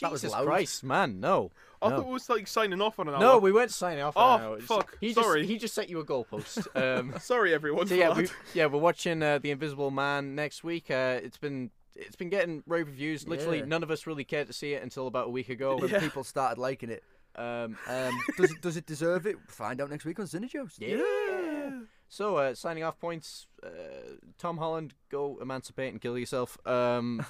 That was Jesus loud. Christ, man, no. I no. thought it was like signing off on an hour. No, we weren't signing off. on Oh, ours. fuck, He sorry. Just, he just set you a goalpost. Um, Sorry, everyone. so for yeah, that. we, yeah, we're watching uh, the Invisible Man next week. Uh, it's been it's been getting rave reviews. Literally, Yeah. none of us really cared to see it until about a week ago. When people started liking it, Um, um, does it, does it deserve it? Find out next week on Cinejoes. yeah. So uh, signing off points. Uh, Tom Holland, go emancipate and kill yourself. Um,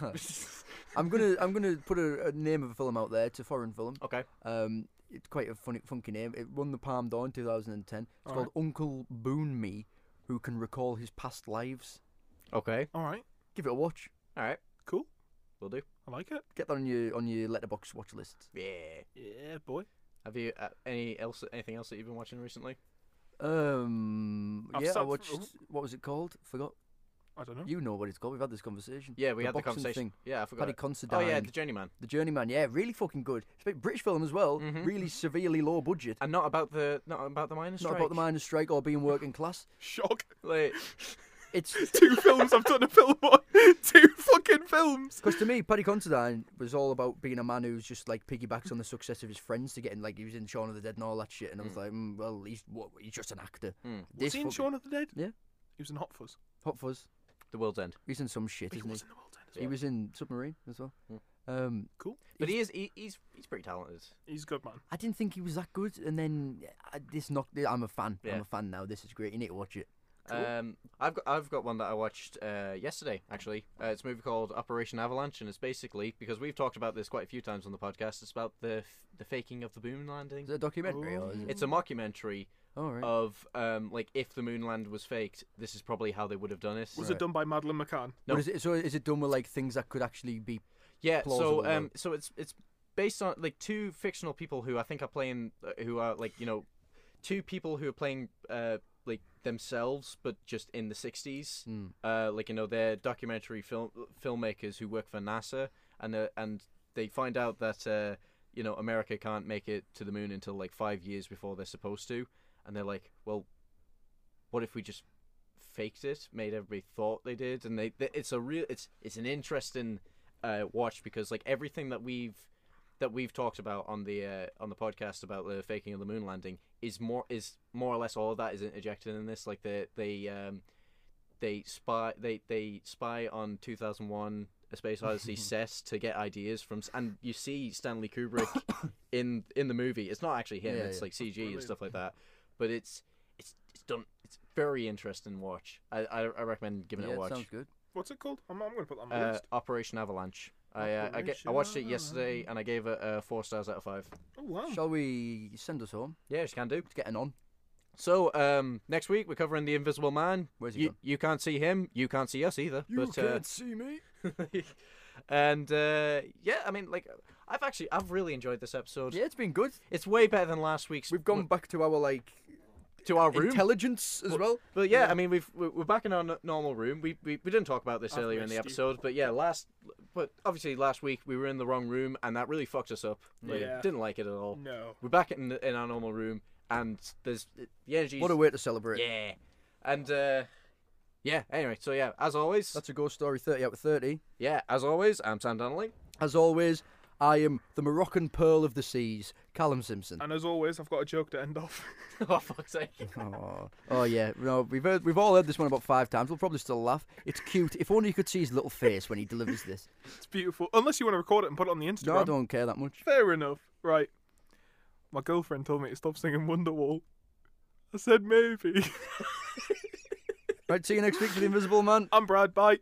I'm gonna I'm gonna put a, a name of a film out there. It's a foreign film. okay. Um, it's quite a funny, funky name. It won the Palm d'Or in 2010. It's called Uncle Boon Me, who can recall his past lives. Okay. All right. Give it a watch. All right. Cool. We'll do. I like it. Get that on your on your letterbox watch list. Yeah. Yeah, boy. Have you uh, any else? Anything else that you've been watching recently? Um, I've yeah, I sat watched. through- What was it called? Forgot. I don't know. You know what it's called. We've had this conversation. Yeah, we The had the boxing conversation. thing. Yeah, I forgot. Paddy it. Considine. oh yeah, the journeyman, The Journeyman. Yeah, really fucking good. It's a bit British film as well. Mhm. Really severely low budget. and not about the not about the miners. It's not about the miners' strike or being working class. Shock. Like, It's Two films I've done a film on. Two fucking films. Because to me, Paddy Considine was all about being a man who's just like piggybacks on the success of his friends to get in. Like he was in Shaun of the Dead and all that shit, and I was like, mm, well, he's what, he's just an actor. Mm. Was This he in fucking- Shaun of the Dead? Yeah. He was in Hot Fuzz. Hot Fuzz. the world's end. He's in some shit, But he isn't he? was in the World's End as He was in Submarine as well. Mm. Um, But he is he, he's he's pretty talented. well. He's a good man. I didn't think he was that good, and then I, this knocked. uh, I'm a fan. Yeah. I'm a fan now. This is great. You need to watch it. Um, I've got I've got one that I watched uh, yesterday actually. Uh, it's a movie called Operation Avalanche, and it's basically because we've talked about this quite a few times on the podcast. It's about the f- the faking of the moon landing. Is it a documentary? Or is it? It's a mockumentary All right. of um, like if the moon land was faked, this is probably how they would have done it. Was it done by Madeline McCann? But no. is it, so is it done with like things that could actually be? Yeah, plausible, so though. um, so it's it's based on like two fictional people who I think are playing uh, who are like you know, two people who are playing uh like themselves but just in the sixties. Mm. Uh, like you know they're documentary film filmmakers who work for NASA and uh, and they find out that uh you know America can't make it to the moon until like five years before they're supposed to, and they're like, well, what if we just faked it, made everybody thought they did, and they, th it's a real it's it's an interesting uh, watch because like everything that we've that we've talked about on the uh, on the podcast about the faking of the moon landing is more is more or less all of that is interjected in this like they they um, they spy they they spy on 2001 a space odyssey set to get ideas from s- and you see Stanley Kubrick in in the movie it's not actually him Yeah, it's yeah. like CG and stuff like that but it's it's it's done it's very interesting watch I I, I recommend giving yeah, it a it watch sounds good. What's it called? I'm, I'm going to put that on my uh, list. Operation Avalanche. I, uh, I, get, I Operation watched it yesterday and I gave it uh, four stars out of five. Oh, wow. Shall we send us home? Yeah, she can do. It's getting on. So um, next week we're covering the Invisible Man. Where's he you, gone? you can't see him. You can't see us either. but see me. uh, and uh, yeah, I mean, like I've actually I've really enjoyed this episode. Yeah, it's been good. It's way better than last week's. We've gone w- back to our like to our room. intelligence as well. But yeah, I mean, we've we- we're back in our n- normal room. We, we we didn't talk about this I've earlier in the missed you. episode, but yeah, last but obviously last week we were in the wrong room and that really fucked us up. Like, Yeah. Didn't like it at all. No. We're back in the, in our normal room and there's the energy. What a way to celebrate. yeah, and uh, yeah. Anyway, so yeah, as always, That's a ghost story 30 out of 30. yeah, as always, I'm Sam Donnelly. As always, I am the Moroccan pearl of the seas, Callum Simpson. And as always, I've got a joke to end off. oh fuck's sake! Oh, oh yeah, no, we've heard, we've all heard this one about five times. We'll probably still laugh. It's cute. If only you could see his little face when he delivers this. It's beautiful. Unless you want to record it and put it on the Instagram. No, I don't care that much. Fair enough. Right. My girlfriend told me to stop singing Wonderwall. I said maybe. Right, see you next week for the Invisible Man. I'm Brad. Bye.